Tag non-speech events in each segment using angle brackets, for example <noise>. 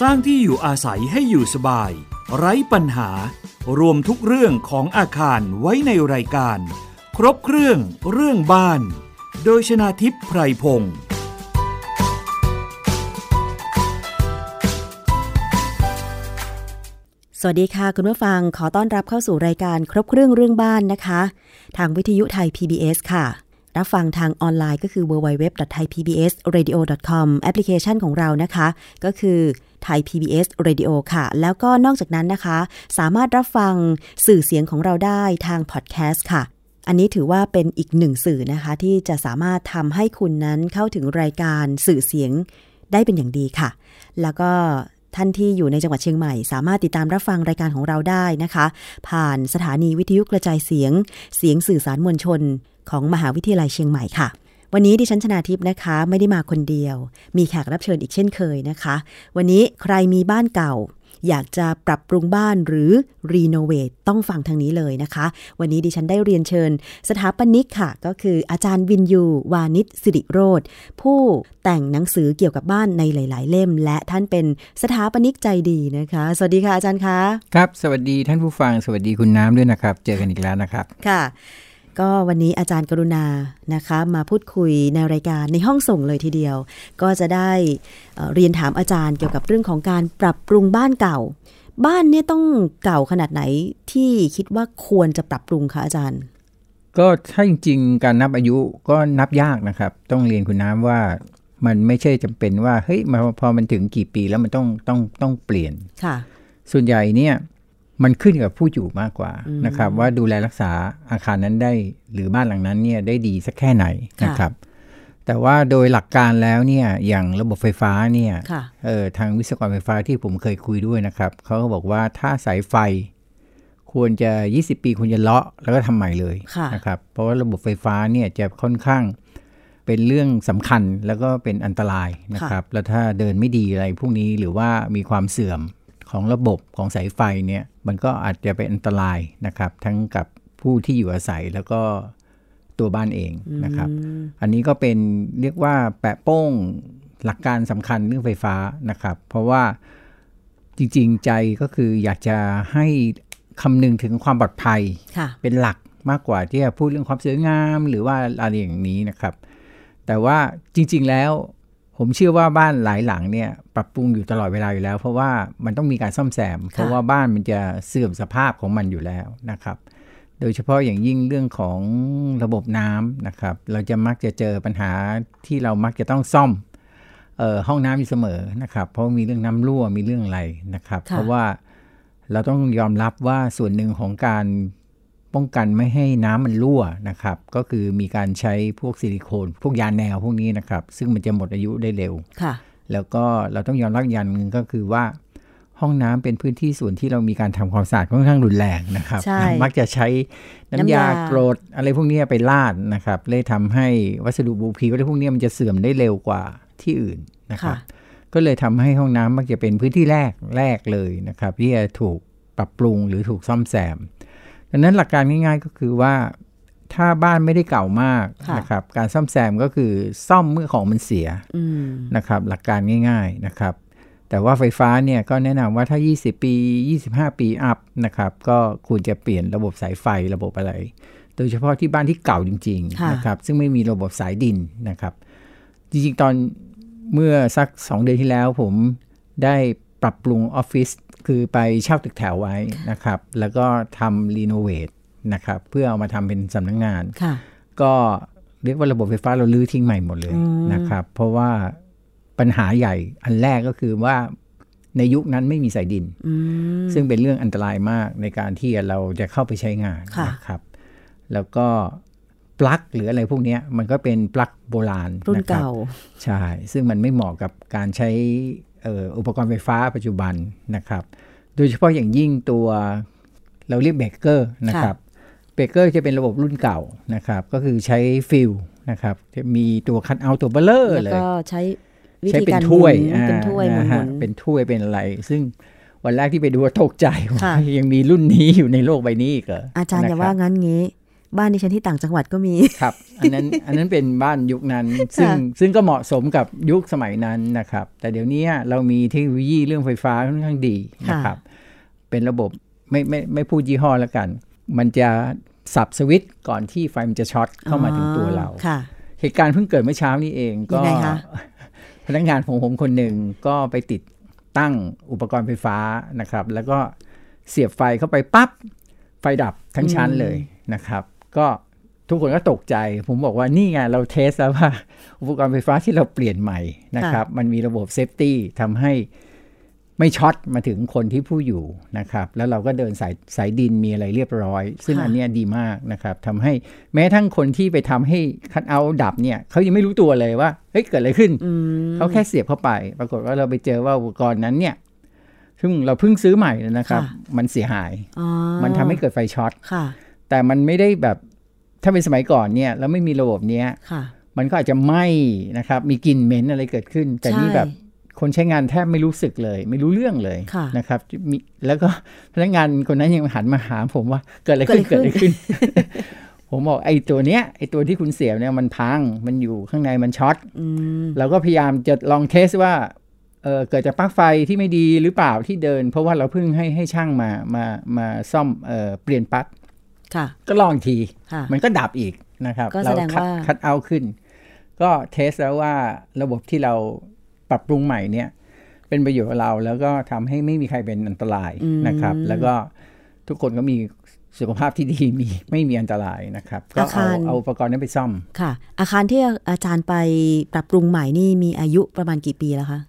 สร้างที่อยู่อาศัยให้อยู่สบาย ไร้ปัญหา รวมทุกเรื่องของอาคารไว้ในรายการ ครบเครื่องเรื่องบ้าน โดยชนาทิพย์ไพรพงศ์ สวัสดีค่ะ คุณผู้ฟังขอต้อนรับเข้าสู่รายการครบเครื่องเรื่องบ้านนะคะ ทางวิทยุไทย PBS ค่ะ รับฟังทางออนไลน์ก็คือ www.thaipbsradio.com แอปพลิเคชันของเรานะคะ ก็คือ Thai PBS Radio ค่ะ แล้วก็นอกจากนั้นนะคะ สามารถรับฟังสื่อเสียงของเราได้ทางพอดแคสต์ค่ะ อันนี้ถือว่าเป็นอีกหนึ่งสื่อนะคะ ที่จะสามารถทำให้คุณนั้นเข้าถึงรายการสื่อเสียงได้เป็นอย่างดีค่ะ แล้วก็ท่านที่อยู่ในจังหวัดเชียงใหม่ สามารถติดตามรับฟังรายการของเราได้นะคะ ผ่านสถานีวิทยุกระจายเสียง เสียงสื่อสารมวลชน ของมหาวิทยาลัยเชียงใหม่ค่ะ วันนี้ดิฉันชนาทิพย์นะคะ ไม่ได้มาคนเดียว มีแขกรับเชิญอีกเช่นเคยนะคะ วันนี้ใครมีบ้านเก่า อยากจะปรับปรุงบ้านหรือรีโนเวทต้องฟังทางนี้เลยนะคะ วันนี้ดิฉันได้เรียนเชิญ สถาปนิกค่ะ ก็คืออาจารย์วินยู วานิชสิริโรธผู้แต่งหนังสือเกี่ยวกับบ้านในหลาย ๆ เล่ม และท่านเป็นสถาปนิกใจดีนะคะ สวัสดีค่ะอาจารย์คะ ครับ สวัสดีท่านผู้ฟัง สวัสดีคุณน้ำด้วยนะครับ เจอกันอีกแล้วนะครับ ค่ะ ก็วันนี้อาจารย์กรุณานะคะ มาพูดคุยในรายการในห้องส่งเลยทีเดียว ก็จะได้เอ่อเรียนถามอาจารย์เกี่ยวกับเรื่องของการปรับปรุงบ้านเก่า บ้านเนี่ยต้องเก่าขนาดไหนที่คิดว่าควรจะปรับปรุงคะอาจารย์ ก็ถ้าจริงๆ การนับอายุก็นับยากนะครับ ต้องเรียนคุณน้ำว่า มันไม่ใช่จำเป็นว่าเฮ้ยมาพอมันถึงกี่ปีแล้วมันต้องต้องต้องเปลี่ยน ค่ะ ส่วนใหญ่เนี่ยมันขึ้นกับผู้อยู่มากกว่านะครับ ว่าดูแลรักษาอาคารนั้นได้ หรือบ้านหลังนั้นเนี่ยได้ดีสักแค่ไหน ค่ะ นะครับ แต่ว่าโดยหลักการแล้วเนี่ยอย่างระบบไฟฟ้าเนี่ย ค่ะ เออทางวิศวกรไฟฟ้าที่ผมเคยคุยด้วยนะครับเขาก็บอกว่าถ้าสายไฟ ควรจะ 20 ปีควรจะเลาะแล้วก็ทำใหม่เลย ค่ะ นะครับเพราะว่าระบบไฟฟ้าเนี่ยจะค่อนข้างเป็นเรื่องสำคัญแล้วก็เป็นอันตรายนะครับ แล้วถ้าเดินไม่ดีอะไรพวกนี้หรือว่ามีความเสื่อมของระบบของสายไฟเนี่ยมันก็อาจจะเป็นอันตรายนะครับ ทั้งกับผู้ที่อยู่อาศัยแล้วก็ตัวบ้านเองนะครับ อันนี้ก็เป็นเรียกว่าแปะโป้งหลักการสำคัญเรื่องไฟฟ้านะครับ เพราะว่าจริงๆใจก็คืออยากจะให้คำนึงถึงความปลอดภัย ค่ะ เป็นหลักมากกว่าที่จะพูดเรื่องความสวยงามหรือว่าอะไรอย่างนี้นะครับ แต่ว่าจริงๆแล้ว ผมเชื่อว่าบ้านหลายหลังเนี่ยปรับปรุงอยู่ตลอดเวลาอยู่แล้ว เพราะว่ามันต้องมีการซ่อมแซม เพราะว่าบ้านมันจะเสื่อมสภาพของมันอยู่แล้วนะครับ โดยเฉพาะอย่างยิ่งเรื่องของระบบน้ำนะครับ เราจะมักจะเจอปัญหาที่เรามักจะต้องซ่อมเอ่อห้องน้ำอยู่เสมอนะครับ เพราะมีเรื่องน้ำรั่วมีเรื่องอะไรนะครับ ค่ะ เพราะว่าเราต้องยอมรับว่าส่วนหนึ่งของการ ป้องกันไม่ให้น้ำมันรั่วนะครับ ก็คือมีการใช้พวกซิลิโคน พวกยาแนวพวกนี้นะครับ ซึ่งมันจะหมดอายุได้เร็ว ค่ะ แล้วก็เราต้องยอมรับอย่างหนึ่งก็คือว่า ห้องน้ำเป็นพื้นที่ส่วนที่เรามีการทำความสะอาดค่อนข้างรุนแรงนะครับ ใช่ มักจะใช้น้ำ น้ำยาย ากรดอะไรพวกเนี้ยไปลาดนะครับเลยทำให้วัสดุบูพีอะไรพวกเนี้ยมันจะเสื่อมได้เร็วกว่าที่อื่นนะครับ ค่ะ ก็เลยทำให้ห้องน้ำมักจะเป็นพื้นที่แรกแรกเลยนะครับที่จะถูกปรับปรุงหรือถูกซ่อมแซมดังนั้นหลักการง่ายๆก็คือว่า ถ้าบ้านไม่ได้เก่ามาก ค่ะ นะครับการซ่อมแซมก็คือซ่อมเมื่อของมันเสีย อืม นะครับหลักการง่ายๆนะครับ แต่ว่าไฟฟ้าเนี่ยก็แนะนำว่าถ้า 20 ปี 25 ปีอัพนะครับก็ควรจะเปลี่ยนระบบสายไฟระบบอะไร โดยเฉพาะที่บ้านที่เก่าจริง ค่ะ ๆนะครับซึ่งไม่มีระบบสายดินนะครับ จริงๆตอนเมื่อสัก 2 เดือนที่แล้วผมได้ปรับปรุงออฟฟิศคือไปเช่าตึกแถวไว้นะครับ แล้วก็ทำรีโนเวทนะครับเพื่อเอามาทำเป็นสำนักงาน ค่ะ ก็เรียกว่าระบบไฟฟ้าเราลื้อทิ้งใหม่หมดเลย อืม นะครับ เพราะว่าปัญหาใหญ่อันแรกก็คือว่าในยุคนั้นไม่มีสายดิน อืม ซึ่งเป็นเรื่องอันตรายมากในการที่เราจะเข้าไปใช้งาน ค่ะ นะครับ แล้วก็ปลั๊กหรืออะไรพวกเนี้ยมันก็เป็นปลั๊กโบราณ รุ่นะ คบ เก่า ใช่ ซึ่งมันไม่เหมาะกับการใช้เอ่ออุปกรณ์ไฟฟ้าปัจจุบันนะครับ โดยเฉพาะอย่างยิ่งตัวเราเรียกเบรกเกอร์นะครับ เบรกเกอร์จะเป็นระบบรุ่นเก่านะครับ ก็คือใช้ฟิลนะครับ จะมีตัวคั t เอาตัวเบลเลอร์ แล้ว เลย ก็ใช้วิ ใช้ ธี เป็ กาน ร ถ้วย หมุนเป็นถ้วยห อ่านะฮะ มุน เป็นถ้วยเป็นอะไร ซึ่งวันแรกที่ไปดูว่าตกใจว่า ค่ะ ยังมีรุ่นนี้อยู่ในโลกใบนี้อีกเหรอ ๆอาจารย์ นะ อย่า คบ ว่างั้นงี้ บ้านดิฉันที่ต่างจังหวัดก็มี ครับ อั <laughs> นนั้น อันนั้นเป็นบ้านยุคนั้น ซึ่งซึ่งก็เหมาะสมกับยุคสมัยนั้นนะครับ แต่เดี๋ยวนี้เรามีเทคโนโลยีเรื่องไฟฟ้าค่อนข้างดีนะครับ เป็นระบบไม่ไม่ไม่พูดยี่ห้อแล้วกัน มันจะสับสวิตช์ก่อนที่ไฟมันจะช็อตเข้ามาถึงตัวเรา ค่ะ เหตุการณ์เพิ่งเกิดเมื่อเช้านี้เองก็ ยังไงคะ พนักงานของผมคนหนึ่งก็ไปติดตั้งอุปกรณ์ไฟฟ้านะครับ แล้วก็เสียบไฟเข้าไปปั๊บไฟดับทั้งชั้นเลยนะครับ ก็ทุกคนก็ตกใจ ผมบอกว่านี่ไงเราเทสแล้วว่า อุปกรณ์ไฟฟ้าที่เราเปลี่ยนใหม่นะครับ มันมีระบบเซฟตี้ทำให้ไม่ช็อตมาถึงคนที่ผู้อยู่นะครับ แล้วเราก็เดินสายสายดินมีอะไรเรียบร้อย ซึ่ง ค่ะ อันเนี้ยดีมากนะครับทำให้แม้ทั้งคนที่ไปทำให้คัทเอาท์ดับเนี่ยเขายังไม่รู้ตัวเลยว่าเฮ้ยเกิดอะไรขึ้น อืม เขาแค่เสียบเข้าไป ปรากฏว่าเราไปเจอว่าอุปกรณ์นั้นเนี่ย ซึ่งเราเพิ่งซื้อใหม่นะครับ ค่ะ มันเสียหาย อ๋อ มันทำให้เกิดไฟช็อต ค่ะ แต่มันไม่ได้แบบ ถ้าเป็นสมัยก่อนเนี่ย แล้วไม่มีระบบเนี้ย ค่ะ มันก็อาจจะไหม้นะครับ มีกลิ่นเหม็นอะไรเกิดขึ้น แต่นี่ ใช่ แบบคนใช้งานแทบไม่รู้สึกเลย ไม่รู้เรื่องเลย ค่ะ นะครับมีแล้วก็ <laughs> พนักงานคนนั้นยังหันมาหาผมว่าเกิดอะไรขึ้น เกิ เกิดดอะไรอะไรขึ้ ขึ้น <laughs> น ผมบอกไอ้ตัวเนี้ยไอ้ตัวที่คุณเสียบเนี่ยมันพัง มันอยู่ข้างในมันช็อต อืม เราก็พยายามจะลองเทสว่าเอ่อเกิดจากปลั๊กไฟที่ไม่ดีหรือเปล่าที่เดิน เพราะว่าเราเพิ่งให้ให้ช่างมามามาซ่อมเอ่อเปลี่ยนปลั๊ก ค่ะ ก็ลองอีกที ค่ะ มันก็ดับอีกนะครับ ก็แสดง คัด ว่า คัดเอาขึ้น ก็เทสแล้วว่าระบบที่เราปรับปรุงใหม่เนี่ย เป็นประโยชน์กับเราแล้วก็ทำให้ไม่มีใครเป็นอันตรายนะครับ แล้วก็ทุกคนก็มีสุขภาพที่ดีมีไม่มีอันตรายนะครับ ก็เอาเอาอุปกรณ์นั้นไปซ่อม ค่ะ อาคารที่อาจารย์ไปปรับปรุงใหม่นี่มีอายุประมาณกี่ปีแล้วคะ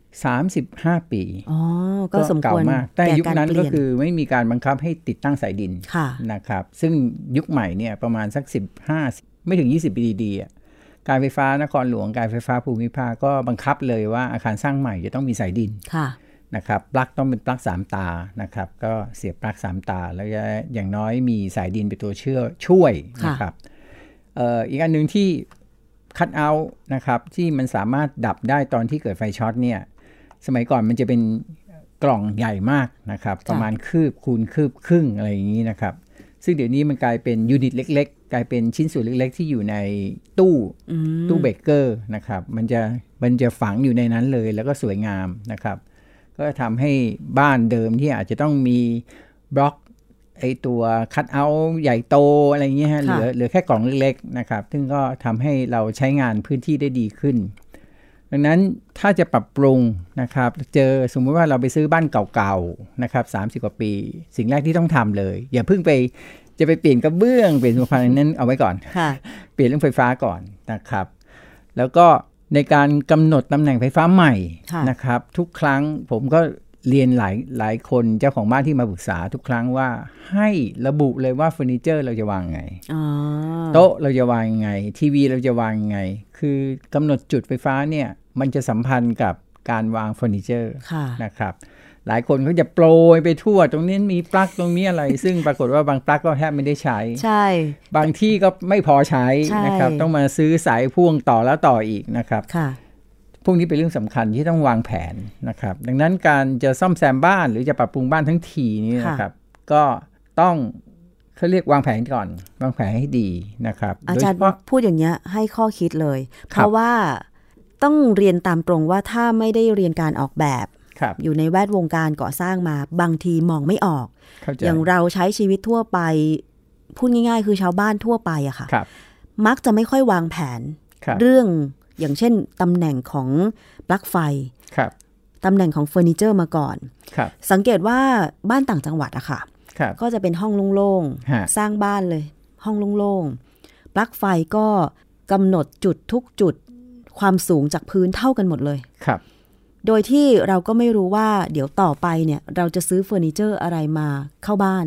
35 ปี อ๋อ ก็สมควร เก่ามากแต่ยุคแก่าร นั้น เป ก็ ลี่ย คือไม่มีการบังคับให้ติดตั้งสายดิน ค่ะ นะครับ ซึ่งยุคใหม่เนี่ยประมาณสัก 15 ไม่ถึง 20 ปีดีๆอะการไฟฟ้านครหลวงการไฟฟ้าภูมิภาคก็บังคับเลยว่าอาคารสร้างใหม่จะต้องมีสายดิน ค่ะ นะครับปลั๊กต้องเป็นปลั๊กสามตานะครับ ก็เสียบปลั๊กสามตา แล้วก็อย่างน้อยมีสายดินเป็นตัวเชื่อช่วยนะครับเอ่ออีกอันหนึ่งที่คัดเอานะครับที่มันสามารถดับได้ตอนที่เกิดไฟช็อตเนี่ย สมัยก่อนมันจะเป็นกล่องใหญ่มากนะครับ ประมาณคืบคูณคืบครึ่งอะไรอย่างนี้นะครับ ซึ่งเดี๋ยวนี้มันกลายเป็นยูนิตเล็ก ๆ กลายเป็นชิ้นส่วนเล็ก ๆ ที่อยู่ในตู้ตู้เบเกอร์นะครับ มันจะมันจะฝังอยู่ในนั้นเลยแล้วก็สวยงามนะครับ ก็ทำให้บ้านเดิมที่อาจจะต้องมีบล็อกไอตัวคัตเอาท์ใหญ่โตอะไรอย่างเงี้ยฮะเหลือเหลือแค่กล่องเล็กๆนะครับ ซึ่งก็ทำให้เราใช้งานพื้นที่ได้ดีขึ้น ดังนั้นถ้าจะปรับปรุงนะครับ เจอสมมุติว่าเราไปซื้อบ้านเก่าๆนะครับ30 กว่าปี สิ่งแรกที่ต้องทำเลย อย่าเพิ่งไปจะไปเปลี่ยนกระเบื้องเปลี่ยนสุภาพนั้นเอาไว้ก่อน ค่ะ เปลี่ยนเรื่องไฟฟ้าก่อนนะครับ แล้วก็ในการกำหนดตำแหน่งไฟฟ้าใหม่ ค่ะ นะครับ ทุกครั้งผมก็เรียนหลายหลายคนเจ้าของบ้านที่มาปรึกษาทุกครั้งว่าให้ระบุเลยว่าเฟอร์นิเจอร์เราจะวางไง อ๋อ โต๊ะเราจะวางยังไง ทีวีเราจะวางยังไง คือกำหนดจุดไฟฟ้าเนี่ย มันจะสัมพันธ์กับการวางเฟอร์นิเจอร์ ค่ะ นะครับ หลายคนก็จะโปรยไปทั่ว ตรงนี้มีปลั๊กตรงนี้อะไร ซึ่งปรากฏว่าบางปลั๊กก็แทบไม่ได้ใช้ ใช่ บางที่ก็ไม่พอใช้นะครับ ใช่ ต้องมาซื้อสายพ่วงต่อแล้วต่ออีกนะครับ ค่ะ พวกนี้เป็นเรื่องสำคัญที่ต้องวางแผนนะครับ ดังนั้นการจะซ่อมแซมบ้านหรือจะปรับปรุงบ้านทั้งทีนี้นะครับ ก็ต้องเขาเรียกวางแผนก่อน วางแผนให้ดีนะครับ อาจาร โด ย์ เฉพะ พูดอย่างเงี้ยให้ข้อคิดเลย ค เพ รับ ราะว่าต้องเรียนตามตรงว่าถ้าไม่ได้เรียนการออกแบบ ครับ อยู่ในแวดวงการก่อสร้างมาบางทีมองไม่ออก เข้าใจ อย่างเราใช้ชีวิตทั่วไป พูดง่าย ๆ คือชาวบ้านทั่วไปอะค่ะ ครับ มักจะไม่ค่อยวางแผน ครับ เรื่องอย่างเช่นตำแหน่งของปลั๊กไฟ ครับ ตำแหน่งของเฟอร์นิเจอร์มาก่อน ครับ สังเกตว่าบ้านต่างจังหวัดอะค่ะ ครับ ก็จะเป็นห้องโล่ง ฮะ ๆ สร้างบ้านเลย ห้องโล่งๆ ปลั๊กไฟก็กำหนดจุดทุกจุดความสูงจากพื้นเท่ากันหมดเลย ครับ โดยที่เราก็ไม่รู้ว่าเดี๋ยวต่อไปเนี่ย เราจะซื้อเฟอร์นิเจอร์อะไรมาเข้าบ้าน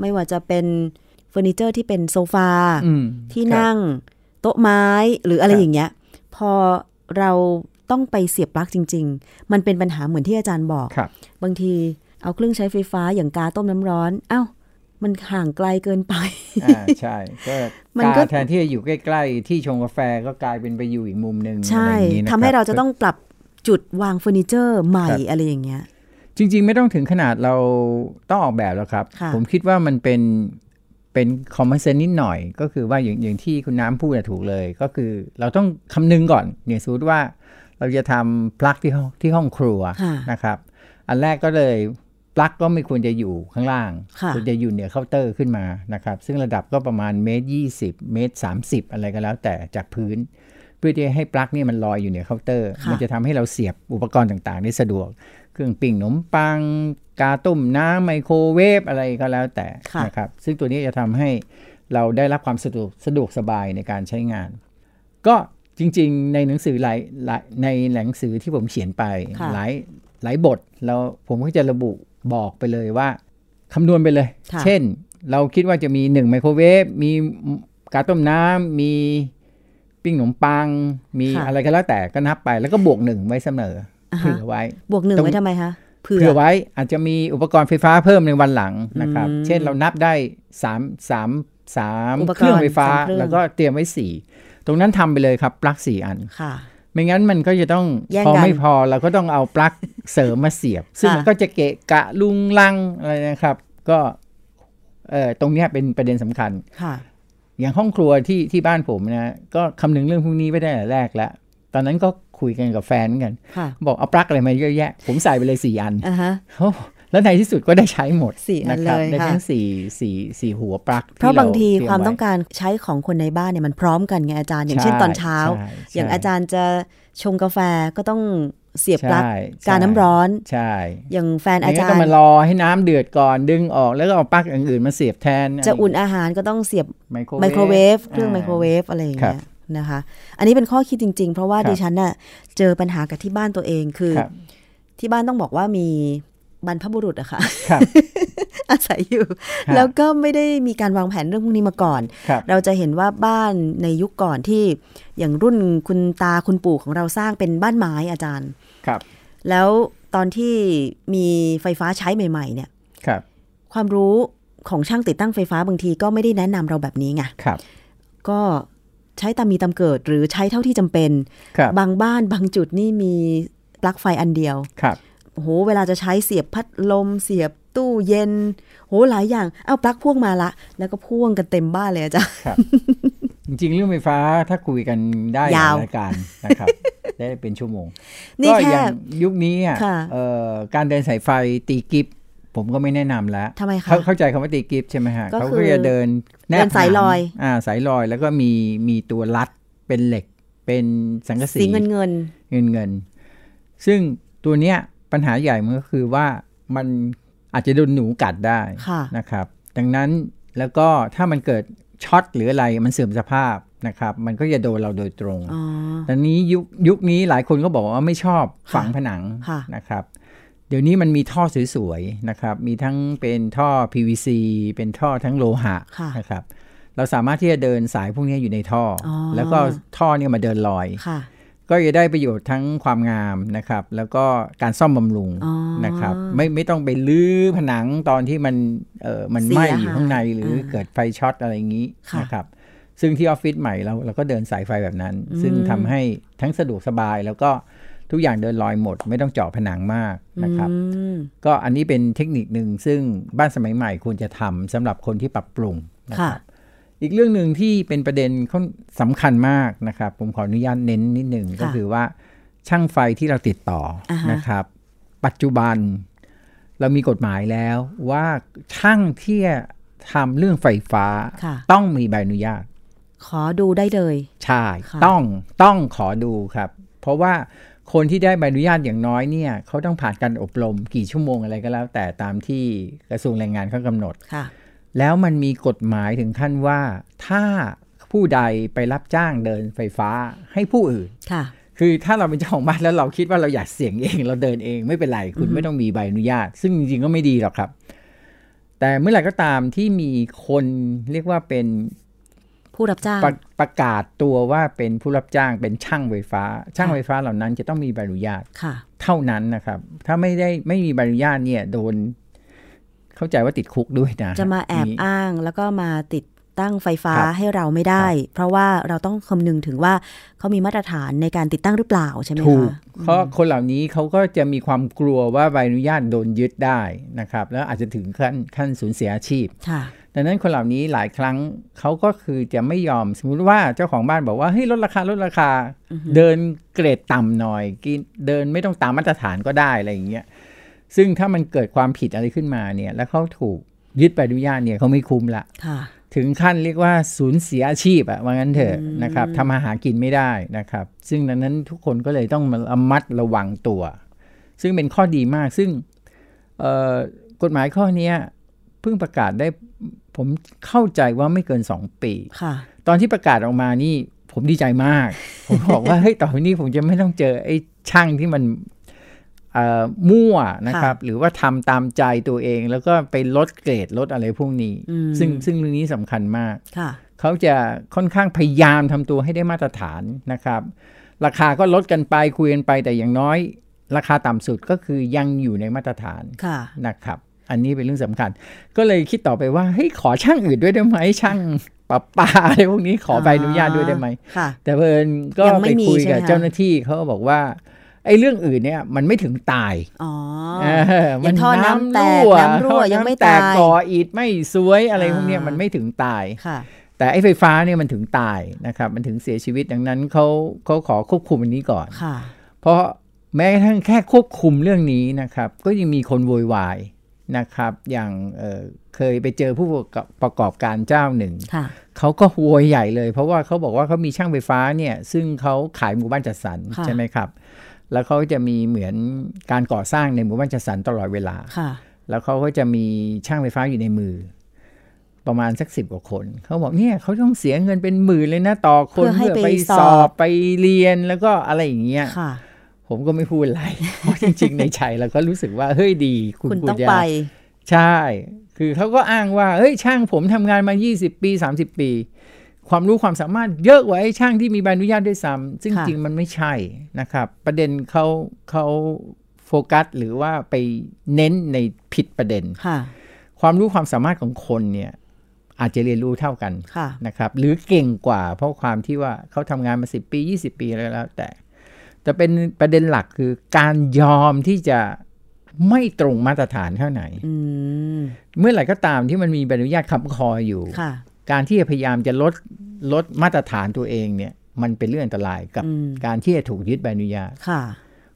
ไม่ว่าจะเป็นเฟอร์นิเจอร์ที่เป็นโซฟา อืม ที่ ครับ นั่ง โต๊ะไม้หรืออะไร ครับ อย่างเงี้ย พอเราต้องไปเสียบปลั๊กจริง ๆ มันเป็นปัญหาเหมือนที่อาจารย์บอก ครับ บางทีเอาเครื่องใช้ไฟฟ้าอย่างกาต้มน้ำร้อน เอ้า มันห่างไกลเกินไป อ่าใช่ <laughs> ก็ มันก็กาแทนที่จะอยู่ใกล้ ๆ ที่ชงกาแฟก็กลายเป็นไปอยู่อีกมุมหนึ่ง ใช่ อะไรอย่งนี้นค ทำ บ ให้เราจะต้องปรับจุดวางเฟอร์นิเจอร์ใหม่ ครับ อะไรอย่างเงี้ย จริง ๆ ไม่ต้องถึงขนาดเราต้องออกแบบหรอกครับ ค่ะ ผมคิดว่ามันเป็น เป็นคอมมอนเซนนิดหน่อย ก็คือว่าอย่างอย่างที่คุณน้ำพูดน่ะถูกเลย ก็คือเราต้องคำนึงก่อนเนี่ยสมมติว่าเราจะทำปลั๊กที่ห้องที่ห้องครัว ค่ะ นะครับ อันแรกก็เลยปลั๊กก็ไม่ควรจะอยู่ข้างล่าง ค่ะ ควรจะอยู่เหนือเคาน์เตอร์ขึ้นมานะครับ ซึ่งระดับก็ประมาณเมตร20 เมตร 30 อะไรก็แล้วแต่จากพื้น เพื่อที่ให้ปลั๊กเนี่ยมันลอยอยู่เหนือเคาน์เตอร์ ค่ะ มัจะทำให้เราเสียบอุปกรณ์ต่างๆได้สะดวก เครื่องปิ้งขนมปัง กาต้มน้ำไมโครเวฟอะไรก็แล้วแต่ ค่ะ นะครับ ซึ่งตัวนี้จะทำให้เราได้รับความสะดวกสะดวกสบายในการใช้งาน ก็จริงๆ ในหนังสือหลายหลายในหนังสือที่ผมเขียนไป ค่ะ หลายหลายบทแล้วผมก็จะระบุบอกไปเลยว่าคำนวณไปเลย ค่ะ เช่น เราคิดว่าจะมีหนึ่งไมโครเวฟมีกาต้มน้ำมีปิ้งขนมปัง มี ค่ะ อะไรก็แล้วแต่ก็นับไปแล้วก็บวกหนึ่งไว้เสมอ อ่าฮะ เผื่อไว้ บวกหนึ่ง ตรง ไว้ทำไมคะเผื่อ เผื่อไว้อาจจะมีอุปกรณ์ไฟฟ้าเพิ่มในวันหลังนะครับ อืม เช่นเรานับได้3อ3ุ 3 ปกรณ์ เครื่องไฟฟ้า สามเครื่อง แล้วก็เตรียมไว้ 4 ตรงนั้นทำไปเลยครับ ปลั๊ก 4 อัน ค่ะ ไม่งั้นมันก็จะต้อง แย่ง พอ กัน ไม่พอเราก็ต้องเอาปลั๊ก เสริมมาเสียบ <laughs> ซึ่งมัน ค่ะ ก็จะเกะกะลุงลังอะไรนะครับ ก็เอ่อตรงเนี้ยเป็นประเด็นสำคัญ ค่ะ อย่างห้องครัวที่ที่บ้านผมนะก็คำนึงเรื่องพวกนี้ไว้ได้แต่แรกแล้ว ตอนนั้นก็คุยกันกับแฟนเหมือนกัน ค่ะ บอกเอาปลั๊กอะไรมาเยอะแยะ ผมใส่ไปเลย 4 อัน อ่าฮะ โอ้แล้วในที่สุดก็ได้ใช้หมด สี่อัน ครับ เลย ได้ ค่ะ ทั้งสี่สี่สี่หัวปลั๊ก เพราะบางที เรเย ความต้อง ไ การใช้ของคนในบ้านเนี่ยมันพร้อมกันไงอาจารย์อย่างเช่นตอนเช้า ใช่ใช่ อย่างอาจารย์จะชงกาแฟก็ต้องเสียบปลั๊ก ใช่ กาน้ำร้อน ใช่ อย่างแฟน อา อา จาร จา ย์ก็ ร มา ย์ รอให้น้ำเดือดก่อนดึงออกแล้วก็เอาปลั๊กอย่างอื่นมาเสียบแทน จะอุ่นอาหารก็ต้องเสียบ ไมโคร ไมโครเวฟเครื่อง า ไมโครเวฟอะไรอย่าง ครั เงี้ บ ยนะคะ อันนี้เป็นข้อคิดจริง ๆ เพราะว่า ครับ ดิฉันน่ะเจอปัญหากับที่บ้านตัวเองคือ ครับ ที่บ้านต้องบอกว่ามีบรรพบุรุษอะค่ะ ครับ <laughs> อาศัยอยู่ ฮะ แล้วก็ไม่ได้มีการวางแผนเรื่องพวกนี้มาก่อน ครับ เราจะเห็นว่าบ้านในยุคก่อนที่อย่างรุ่นคุณตาคุณปู่ของเราสร้างเป็นบ้านไม้อาจารย์ ครับ แล้วตอนที่มีไฟฟ้าใช้ใหม่ ๆ เนี่ย ครับ ความรู้ของช่างติดตั้งไฟฟ้าบางทีก็ไม่ได้แนะนำเราแบบนี้ไง ครับ ก็ใช้ตามมีตามเกิดหรือใช้เท่าที่จำเป็น ครับ บางบ้านบางจุดนี่มีปลั๊กไฟอันเดียว ครับ โอ้โหเวลาจะใช้เสียบพัดลม เสียบตู้เย็นโหหลายอย่าง เอาปลั๊กพ่วงมาละ แล้วก็พ่วงกันเต็มบ้านเลยอาจารย์ <laughs> จริงๆเรื่องไฟฟ้าถ้าคุยกันได้หล ยาว รายการนะครับ <laughs> ได้เป็นชั่วโมง นี่ ก็ แค่ อย่างยุคนี้อ่ะ ค่ะ เอ่อการเดินสายไฟตีกิฟผมก็ไม่แนะนำแล้ว ทำไมคะ เขาเข้าใจคำว่าตีกิฟใช่ไหมฮะ ก็ เขา คื ก็ อ จะเดินแนบ เดินสายลอย หนามอ่าสายลอยแล้วก็มีมีตัวรัดเป็นเหล็ก เป็นสังกะสี สีเงินเงิน เงินเงิน ซึ่งตัวเนี้ยปัญหาใหญ่มันก็คือว่ามันอาจจะโดนหนูกัดได้ ค่ะ นะครับ ดังนั้นแล้วก็ถ้ามันเกิดช็อตหรืออะไรมันเสื่อมสภาพนะครับ มันก็จะโดนเราโดยตรง อ๋อ ตอนนี้ยุคยุคนี้หลายคนก็บอกว่าไม่ชอบ ค่ะ ฝังผนัง ค่ะ นะครับ เดี๋ยวนี้มันมีท่อสวยๆนะครับ มีทั้งเป็นท่อ PVC เป็นท่อทั้งโลหะ ค่ะ นะครับ เราสามารถที่จะเดินสายพวกนี้อยู่ในท่ออ อ แล้วก็ท่อเนี่ยมาเดินลอย ค่ะ ก็จะได้ประโยชน์ทั้งความงามนะครับ แล้วก็การซ่อมบำรุง อ๋อ นะครับ ไม่ไม่ต้องไปลื้อผนังตอนที่มันเออมัน เสีย ไหม้อยู่ข้างในหรืออา เกิดไฟช็อตอะไรอย่างนี้ ค่ะ นะครับ ซึ่งที่ออฟฟิศใหม่เราเราก็เดินสายไฟแบบนั้น อืม ซึ่งทำให้ทั้งสะดวกสบายแล้วก็ทุกอย่างเดินลอยหมด ไม่ต้องเจาะผนังมากนะครับ อืม ก็อันนี้เป็นเทคนิคหนึ่งซึ่งบ้านสมัยใหม่ควรจะทำสำหรับคนที่ปรับปรุงนะค ค่ะ รับอีกเรื่องหนึ่งที่เป็นประเด็นค่อนสำคัญมากนะครับ ผมขออนุญาตเน้นนิดหนึ่ง ค่ะ ก็คือว่าช่างไฟที่เราติดต่ออา ฮะ นะครับ ปัจจุบันเรามีกฎหมายแล้วว่าช่างที่ทำเรื่องไฟฟ้า ค่ะ ต้องมีใบอนุญาต ขอดูได้เลย ใช่ ค่ะ ต้องต้องขอดูครับ เพราะว่าคนที่ได้ใบอนุญาตอย่างน้อยเนี่ยเขาต้องผ่านการอบรมกี่ชั่วโมงอะไรก็แล้ว แต่ตามที่กระทรวงแรงงานเขากำหนด ค่ะ แล้วมันมีกฎหมายถึงขั้นว่า ถ้าผู้ใดไปรับจ้างเดินไฟฟ้าให้ผู้อื่น ค่ะ คือถ้าเราเป็นเจ้าของบ้านแล้วเราคิดว่าเราอยากเสี่ยงเอง เราเดินเองไม่เป็นไรคุณไม่ต้องมีใบอนุญาต ซึ่งจริงๆก็ไม่ดีหรอกครับ แต่เมื่อไหร่ก็ตามที่มีคนเรียกว่าเป็น ผู้รับจ้าง ประประกาศตัวว่าเป็นผู้รับจ้างเป็นช่างไฟฟ้า ช่างไฟฟ้าเหล่านั้นจะต้องมีใบอนุญาต ค่ะ เท่านั้นนะครับ ถ้าไม่ได้ไม่มีใบอนุญาตเนี่ยโดน เข้าใจว่าติดคุกด้วยนะ จะมาแอบ นี่ อ้างแล้วก็มาติดตั้งไฟฟ้า ครับ ให้เราไม่ได้ เพราะว่าเราต้องคำนึงถึงว่าเขามีมาตรฐานในการติดตั้งหรือเปล่าใช่ไหม ถูก คะ เพราะคนเหล่านี้เขาก็จะมีความกลัวว่าใบอนุญาตโดนยึดได้นะครับ แล้วอาจจะถึงขั้นขั้นสูญเสียอาชีพ ค่ะ ดังนั้นคนเหล่านี้หลายครั้งเขาก็คือจะไม่ยอมสมมุติว่าเจ้าของบ้านบอกว่าเฮ้ยลดราคาลดราคา เดินเกรดต่ำหน่อยกินเดินไม่ต้องตามมาตรฐานก็ได้อะไรอย่างเงี้ยซึ่งถ้ามันเกิดความผิดอะไรขึ้นมาเนี่ยแล้วเขาถูกยึดใบอนุญาตเนี่ยเขาไม่คุ้มละ ค่ะ ถึงขั้นเรียกว่าสูญเสียอาชีพอะว่างั้นเถอะนะครับทำมาหากินไม่ได้นะครับ ซึ่งดังนั้นทุกคนก็เลยต้องมาระมัดระวังตัว ซึ่งเป็นข้อดีมากซึ่งเอ่อกฎหมายข้อเนี้ยเพิ่งประกาศได้ผมเข้าใจว่าไม่เกิน 2 ปี ค่ะ ตอนที่ประกาศออกมานี่ผมดีใจมาก ผมบอกว่าเฮ้ยต่อไปนี้ผมจะไม่ต้องเจอไอ้ช่างที่มันเอ่อมั่วนะครับ หรือว่าทำตามใจตัวเอง แล้วก็ไปลดเกรดลดอะไรพวกนี้ อืม ซึ่งซึ่งเรื่องนี้สำคัญมาก ค่ะ เขาจะค่อนข้างพยายามทำตัวให้ได้มาตรฐานนะครับ ราคาก็ลดกันไปคุยกันไปแต่อย่างน้อย ราคาต่ำสุดก็คือยังอยู่ในมาตรฐาน ค่ะ นะครับ อันนี้เป็นเรื่องสำคัญ ก็เลยคิดต่อไปว่า เฮ้ย ขอช่างอื่นด้วยได้ไหม ช่าง <laughs> ประปาอะไรพวกนี้ ขอใบอนุญาตด้วยได้ไหม ค่ะ แต่เพิ่นก็ ยังไม่ ไป มี คุย ใช่ไหม กับ คะ เจ้าหน้าที่เขาก็บอกว่า ไอ้เรื่องอื่นเนี่ยมันไม่ถึงตาย อ๋อ เออ ยังท่อน้ำแตกน้ำรั่ว ท่อ ยังไม่ แตก ตาย ก่ออิฐไม่สวยอะไรพวกเนี้ย อ่ามั มันไม่ถึงตาย ค่ะ แต่ไอ้ไฟฟ้าเนี่ยมันถึงตายนะครับ มันถึงเสียชีวิตดังนั้นเขาเขาขอควบคุมอันนี้ก่อน ค่ะ เพราะแม้กระทั่งแค่ควบคุมเรื่องนี้นะครับ ก็ยังมีคนโวยวายนะครับ อย่างเอ่อเคยไปเจอผู้ประกอบประกอบการเจ้าหนึ่ง ค่ะ เขาก็โวยใหญ่เลย เพราะว่าเขาบอกว่าเขามีช่างไฟฟ้าเนี่ย ซึ่งเขาขายหมู่บ้านจัดสรร ค่ะ ใช่ไหมครับ แล้วเขาจะมีเหมือนการก่อสร้างในหมู่บ้านจัดสรรตลอดเวลา ค่ะ แล้วเขาก็จะมีช่างไฟฟ้าอยู่ในมือ ประมาณสักสิบกว่าคน เขาบอกเนี่ยเขาต้องเสียเงินเป็นหมื่นเลยนะต่อคน เพื่อให้ไป ไป สอบ สอบไปเรียนแล้วก็อะไรอย่างเงี้ย ค่ะ ผมก็ไม่พูดอะไร <laughs> เพราะจริงๆ ในใจเราก็รู้สึกว่า เฮ้ยดี คุณ คุณ ปุ ต้อง ญญา ไป ใช่ คือเขาก็อ้างว่า เฮ้ยช่างผมทำงานมา 20 ปี 30 ปี ความรู้ความสามารถเยอะกว่าไอ้ช่างที่มีใบอนุญาตด้วยซ้ำซึ่ง ค่ะ จริงมันไม่ใช่นะครับ ประเด็นเขาเขาโฟกัสหรือว่าไปเน้นในผิดประเด็น ค่ะ ความรู้ความสามารถของคนเนี่ยอาจจะเรียนรู้เท่ากัน ค่ะ นะครับหรือเก่งกว่าเพราะความที่ว่าเขาทำงานมา 10 ปี 20 ปีอะไรก็แล้ว แต่ แต่เป็นประเด็นหลักคือการยอมที่จะไม่ตรงมาตรฐานเท่าไหน อืม เมื่อไหร่ก็ตามที่มันมีใบอนุญาตค้ำคออยู่ ค่ะ การที่จะพยายามจะลดลดมาตรฐานตัวเองเนี่ยมันเป็นเรื่องอันตรายกับ อืม การที่จะถูกยึดใบอนุญาต ค่ะ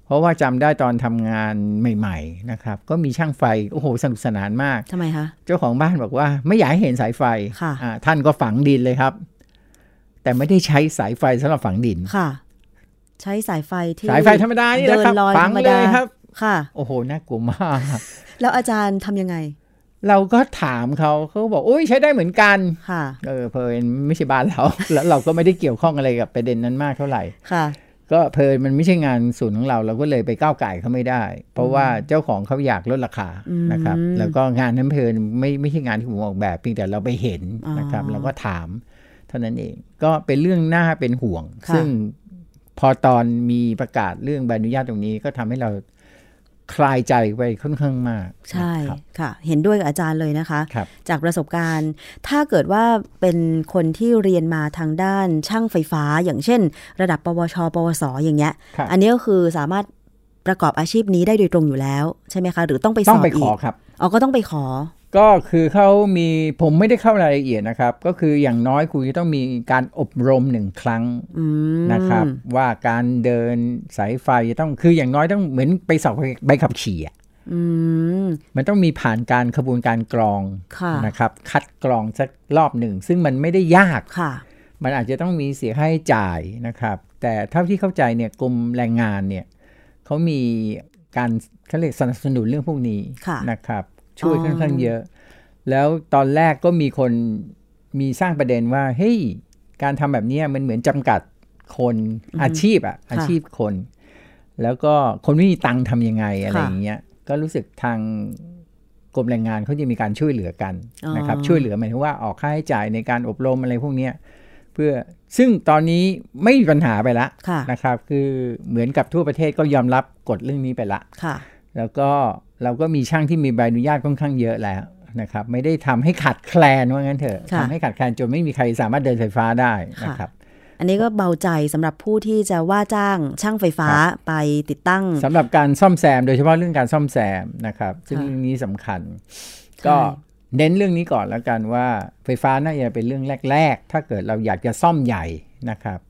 เพราะว่าจำได้ตอนทำงานใหม่ๆนะครับก็มีช่างไฟโอ้โหสนุกสนานมาก ทำไมคะ เจ้าของบ้านบอกว่าไม่อยากให้เห็นสายไฟ ค่ะ อ่าท่านก็ฝังดินเลยครับ แต่ไม่ได้ใช้สายไฟสำหรับฝังดิน ค่ะ ใช้สายไฟที่ สายไฟธรรมดานี่แหละครับ เดิลอย ฝัธงรรม เล ดาย ครับ ค่ะ โอ้โหน่ากลัวมาก แล้วอาจารย์ทำยังไง เราก็ถามเขาเขาก็บอกโอ้ยใช้ได้เหมือนกัน ค่ะ เออเพลินไม่ใช่บ้านเรา <laughs> แล้วเราก็ไม่ได้เกี่ยวข้องอะไรกับประเด็นนั้นมากเท่าไหร่ ค่ะ ก็เพลินมันไม่ใช่งานส่วนของเรา เราก็เลยไปก้าวไก่ายเขาไม่ได้ เพราะว่าเจ้าของเขาอยากลดราคา อืม นะครับ แล้วก็งานนั้นเพลินไม่ไม่ใช่งานที่ผมออกแบบเพียงแต่เราไปเห็นนะครับ อ๋อ เราก็ถามเท่านั้นเอง ก็เป็นเรื่องน่าเป็นห่วง ค่ะ ซึ่งพอตอนมีประกาศเรื่องใบอนุญาตตรงนี้ก็ทำให้เราคลายใจไปค่อนข้างมาก ใช่ นะครับ ค่ะ เห็นด้วยกับอาจารย์เลยนะคะ ครับ จากประสบการณ์ ถ้าเกิดว่าเป็นคนที่เรียนมาทางด้านช่างไฟฟ้า อย่างเช่น ระดับปวช ปวส อย่างเงี้ย ครับ อันนี้ก็คือสามารถประกอบอาชีพนี้ได้โดยตรงอยู่แล้วใช่ไหมคะ หรือต้องไปส ต้ออง บ ไปข อี อก ครับ อ๋อก็ต้องไปขอ ก็คือเขามีผมไม่ได้เข้ารายละเอียดนะครับ ก็คืออย่างน้อยคุณจะต้องมีการอบรมหนึ่งครั้ง อืม นะครับว่าการเดินสายไฟจะต้องคืออย่างน้อยต้องเหมือนไปสอบใบขับขี่อะ อืม มันต้องมีผ่านการขบวนการกรอง ค่ะ นะครับคัดกรองสักรอบหนึ่ง ซึ่งมันไม่ได้ยาก ค่ะ มันอาจจะต้องมีเสียค่าใช้จ่ายนะครับ แต่เท่าที่เข้าใจเนี่ยกรมแรงงานเนี่ยเขามีการเขาเรียกสนับสนุนเรื่องพวกนี้ ค่ะ นะครับ ช่วย อ๋อ ค่อนข้างเยอะ แล้วตอนแรกก็มีคนมีสร้างประเด็นว่าเฮ้ยการทำแบบเนี้ยมันเหมือนจำกัดคนอาชีพอะอาชีพคน แล้วก็คนไม่มีตังค์ทำยังไงอะไรอย่างเงี้ยก็รู้สึกทางกรมแรงงานเขาจะมีการช่วยเหลือกันนะครับ อ๋อ ช่วยเหลือหมายถึงว่าออกค่าใช้จ่ายในการอบรมอะไรพวกเนี้ย เพื่อซึ่งตอนนี้ไม่มีปัญหาไปละ ค่ะ นะครับ คือเหมือนกับทั่วประเทศก็ยอมรับกฎเรื่องนี้ไปละ ค่ะ แล้วก็เราก็มีช่างที่มีใบอนุญาตค่อนข้างเยอะแล้วนะครับ ไม่ได้ทำให้ขาดแคลนว่างั้นเถอะ ค่ะ ทำให้ขาดแคลนจนไม่มีใครสามารถเดินไฟฟ้าได้นะ ค่ะ ครับ อันนี้ก็เบาใจสำหรับผู้ที่จะว่าจ้างช่างไฟฟ้าไปติดตั้ง สำหรับการซ่อมแซม โดยเฉพาะเรื่องการซ่อมแซมนะครับ ซึ่ง ค่ะ เรื่องนี้สำคัญ ก็ เน้นเรื่องนี้ก่อนแล้วกันว่าไฟฟ้าน่าจะเป็นเรื่องแรก ๆ ถ้าเกิดเราอยากจะซ่อมใหญ่นะครับ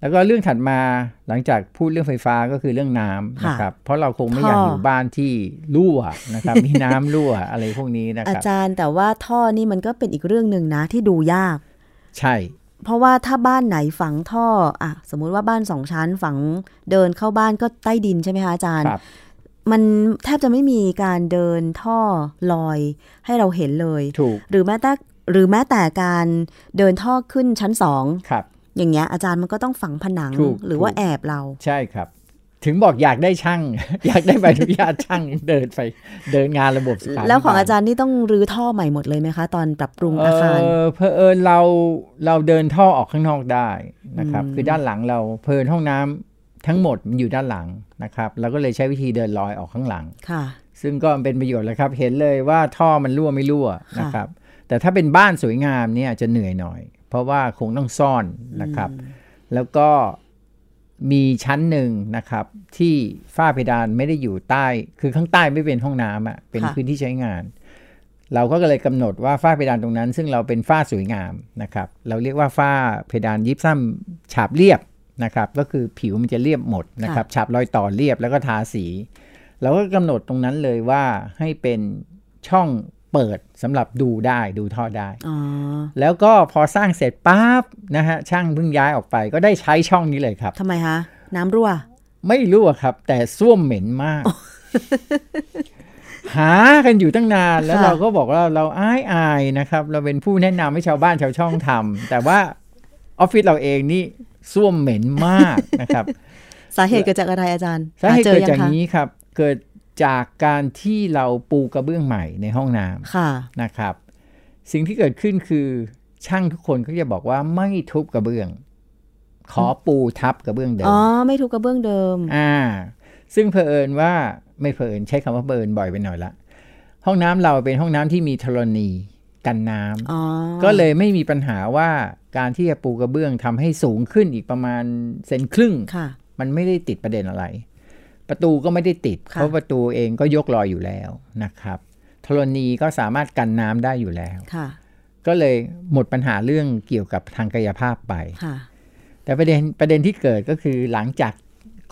แล้วก็เรื่องถัดมาหลังจากพูดเรื่องไฟฟ้าก็คือเรื่องน้ำ ค่ะ นะครับ เพราะเราคงไม่อยาก ท่อ อ อ ยู่บ้านที่รั่วนะครับ มีน้ำรั่วอะไรพวกนี้นะค อา รับ จารย์แต่ว่าท่อนี่มันก็เป็นอีกเรื่องหนึ่งนะที่ดูยาก ใช่ เพราะว่าถ้าบ้านไหนฝังท่ออ่ะสมมุติว่าบ้านสองชั้นฝังเดินเข้าบ้านก็ใต้ดินใช่ไหมคะอาจารย์ ครับ มันแทบจะไม่มีการเดินท่อลอยให้เราเห็นเลย ถูก หรือแม้แต่หรือแม้แต่การเดินท่อขึ้นชั้นสอง ครับ อย่างเงี้ยอาจารย์มันก็ต้องฝังผนัง ถูก หรือว่า ถูก แอบเรา ใช่ครับ ถึงบอกอยากได้ช่าง <laughs> อยากได้ใบอนุญาตช่างเดินไปเดินงานระบบสถน แล้วของอา บล จารย์นี่ต้องรื้อท่อใหม่หมดเลยไหมคะ ตอนปรับปรุงอาคาร เออเพอเอิญเราเราเดินท่อออกข้างนอกได้นะครับ อืม คือด้านหลังเราเพลินห้องน้ำทั้งหมดมันอยู่ด้านหลังนะครับเราก็เลยใช้วิธีเดินลอยออกข้างหลัง ค่ะ ซึ่งก็เป็นประโยชน์แล้วครับ เห็นเลยว่าท่อมันรั่วไม่รั่วนะครับ แต่ถ้าเป็นบ้านสวยงามเนี่ยจะเหนื่อยหน่อย เพราะว่าคงต้องซ่อนนะครับ แล้วก็มีชั้นหนึ่งนะครับ ที่ฝ้าเพดานไม่ได้อยู่ใต้ คือข้างใต้ไม่เป็นห้องน้ำอะเป็น ค่ะ พื้นที่ใช้งาน เราก็เลยกำหนดว่าฝ้าเพดานตรงนั้น ซึ่งเราเป็นฝ้าสวยงามนะครับ เราเรียกว่าฝ้าเพดานยิปซัมฉาบเรียบนะครับ ก็คือผิวมันจะเรียบหมดนะครับ ฉาบรอยต่อเรียบแล้วก็ทาสี เราก็กำหนดตรงนั้นเลยว่าให้เป็นช่องเปิดสำหรับดูได้ดูท่อได้ อ๋อ แล้วก็พอสร้างเสร็จปั๊บนะฮะช่างเพิ่งย้ายออกไปก็ได้ใช้ช่องนี้เลยครับ ทำไมคะ น้ำรั่ว ไม่รู้อะครับ แต่ส้วมเหม็นมาก หากันอยู่ตั้งนานแล้ว ค่ะ เราก็บอกว่าเราอายอายนะครับ เราเป็นผู้แนะนำให้ชาวบ้านชาวช่องทำแต่ว่าออฟฟิศเราเองนี่ส้วมเหม็นมากนะครับ สาเหตุเกิดจากอะไรอาจารย์ สาเหตุเกิด ห จาก คะ นี้ครับ เกิดจากการที่เราปูกระเบื้องใหม่ในห้องน้ำ ค่ะ นะครับสิ่งที่เกิดขึ้นคือช่างทุกคนก็จะบอกว่าไม่ทุบกระเบื้อง ขอปูทับกระเบื้องเดิม อ๋อ ไม่ทุกกระเบื้องเดิม อ่า ซึ่งเผอิญว่าไม่เผอิญใช้คำว่าเผอิญบ่อยไปหน่อยละห้องน้ำเราเป็นห้องน้ำที่มีธรณีกันน้ำ อ๋อ ก็เลยไม่มีปัญหาว่าการที่จะปูกระเบื้องทำให้สูงขึ้นอีกประมาณเซนครึ่ง ค่ะ มันไม่ได้ติดประเด็นอะไร ประตูก็ไม่ได้ติด ค่ะ เพราะประตูเองก็ยกลอยอยู่แล้วนะครับธรณีก็สามารถกันน้ำได้อยู่แล้ว ค่ะ ก็เลยหมดปัญหาเรื่องเกี่ยวกับทางกายภาพไป ค่ะ แต่ประเด็นประเด็นที่เกิดก็คือหลังจาก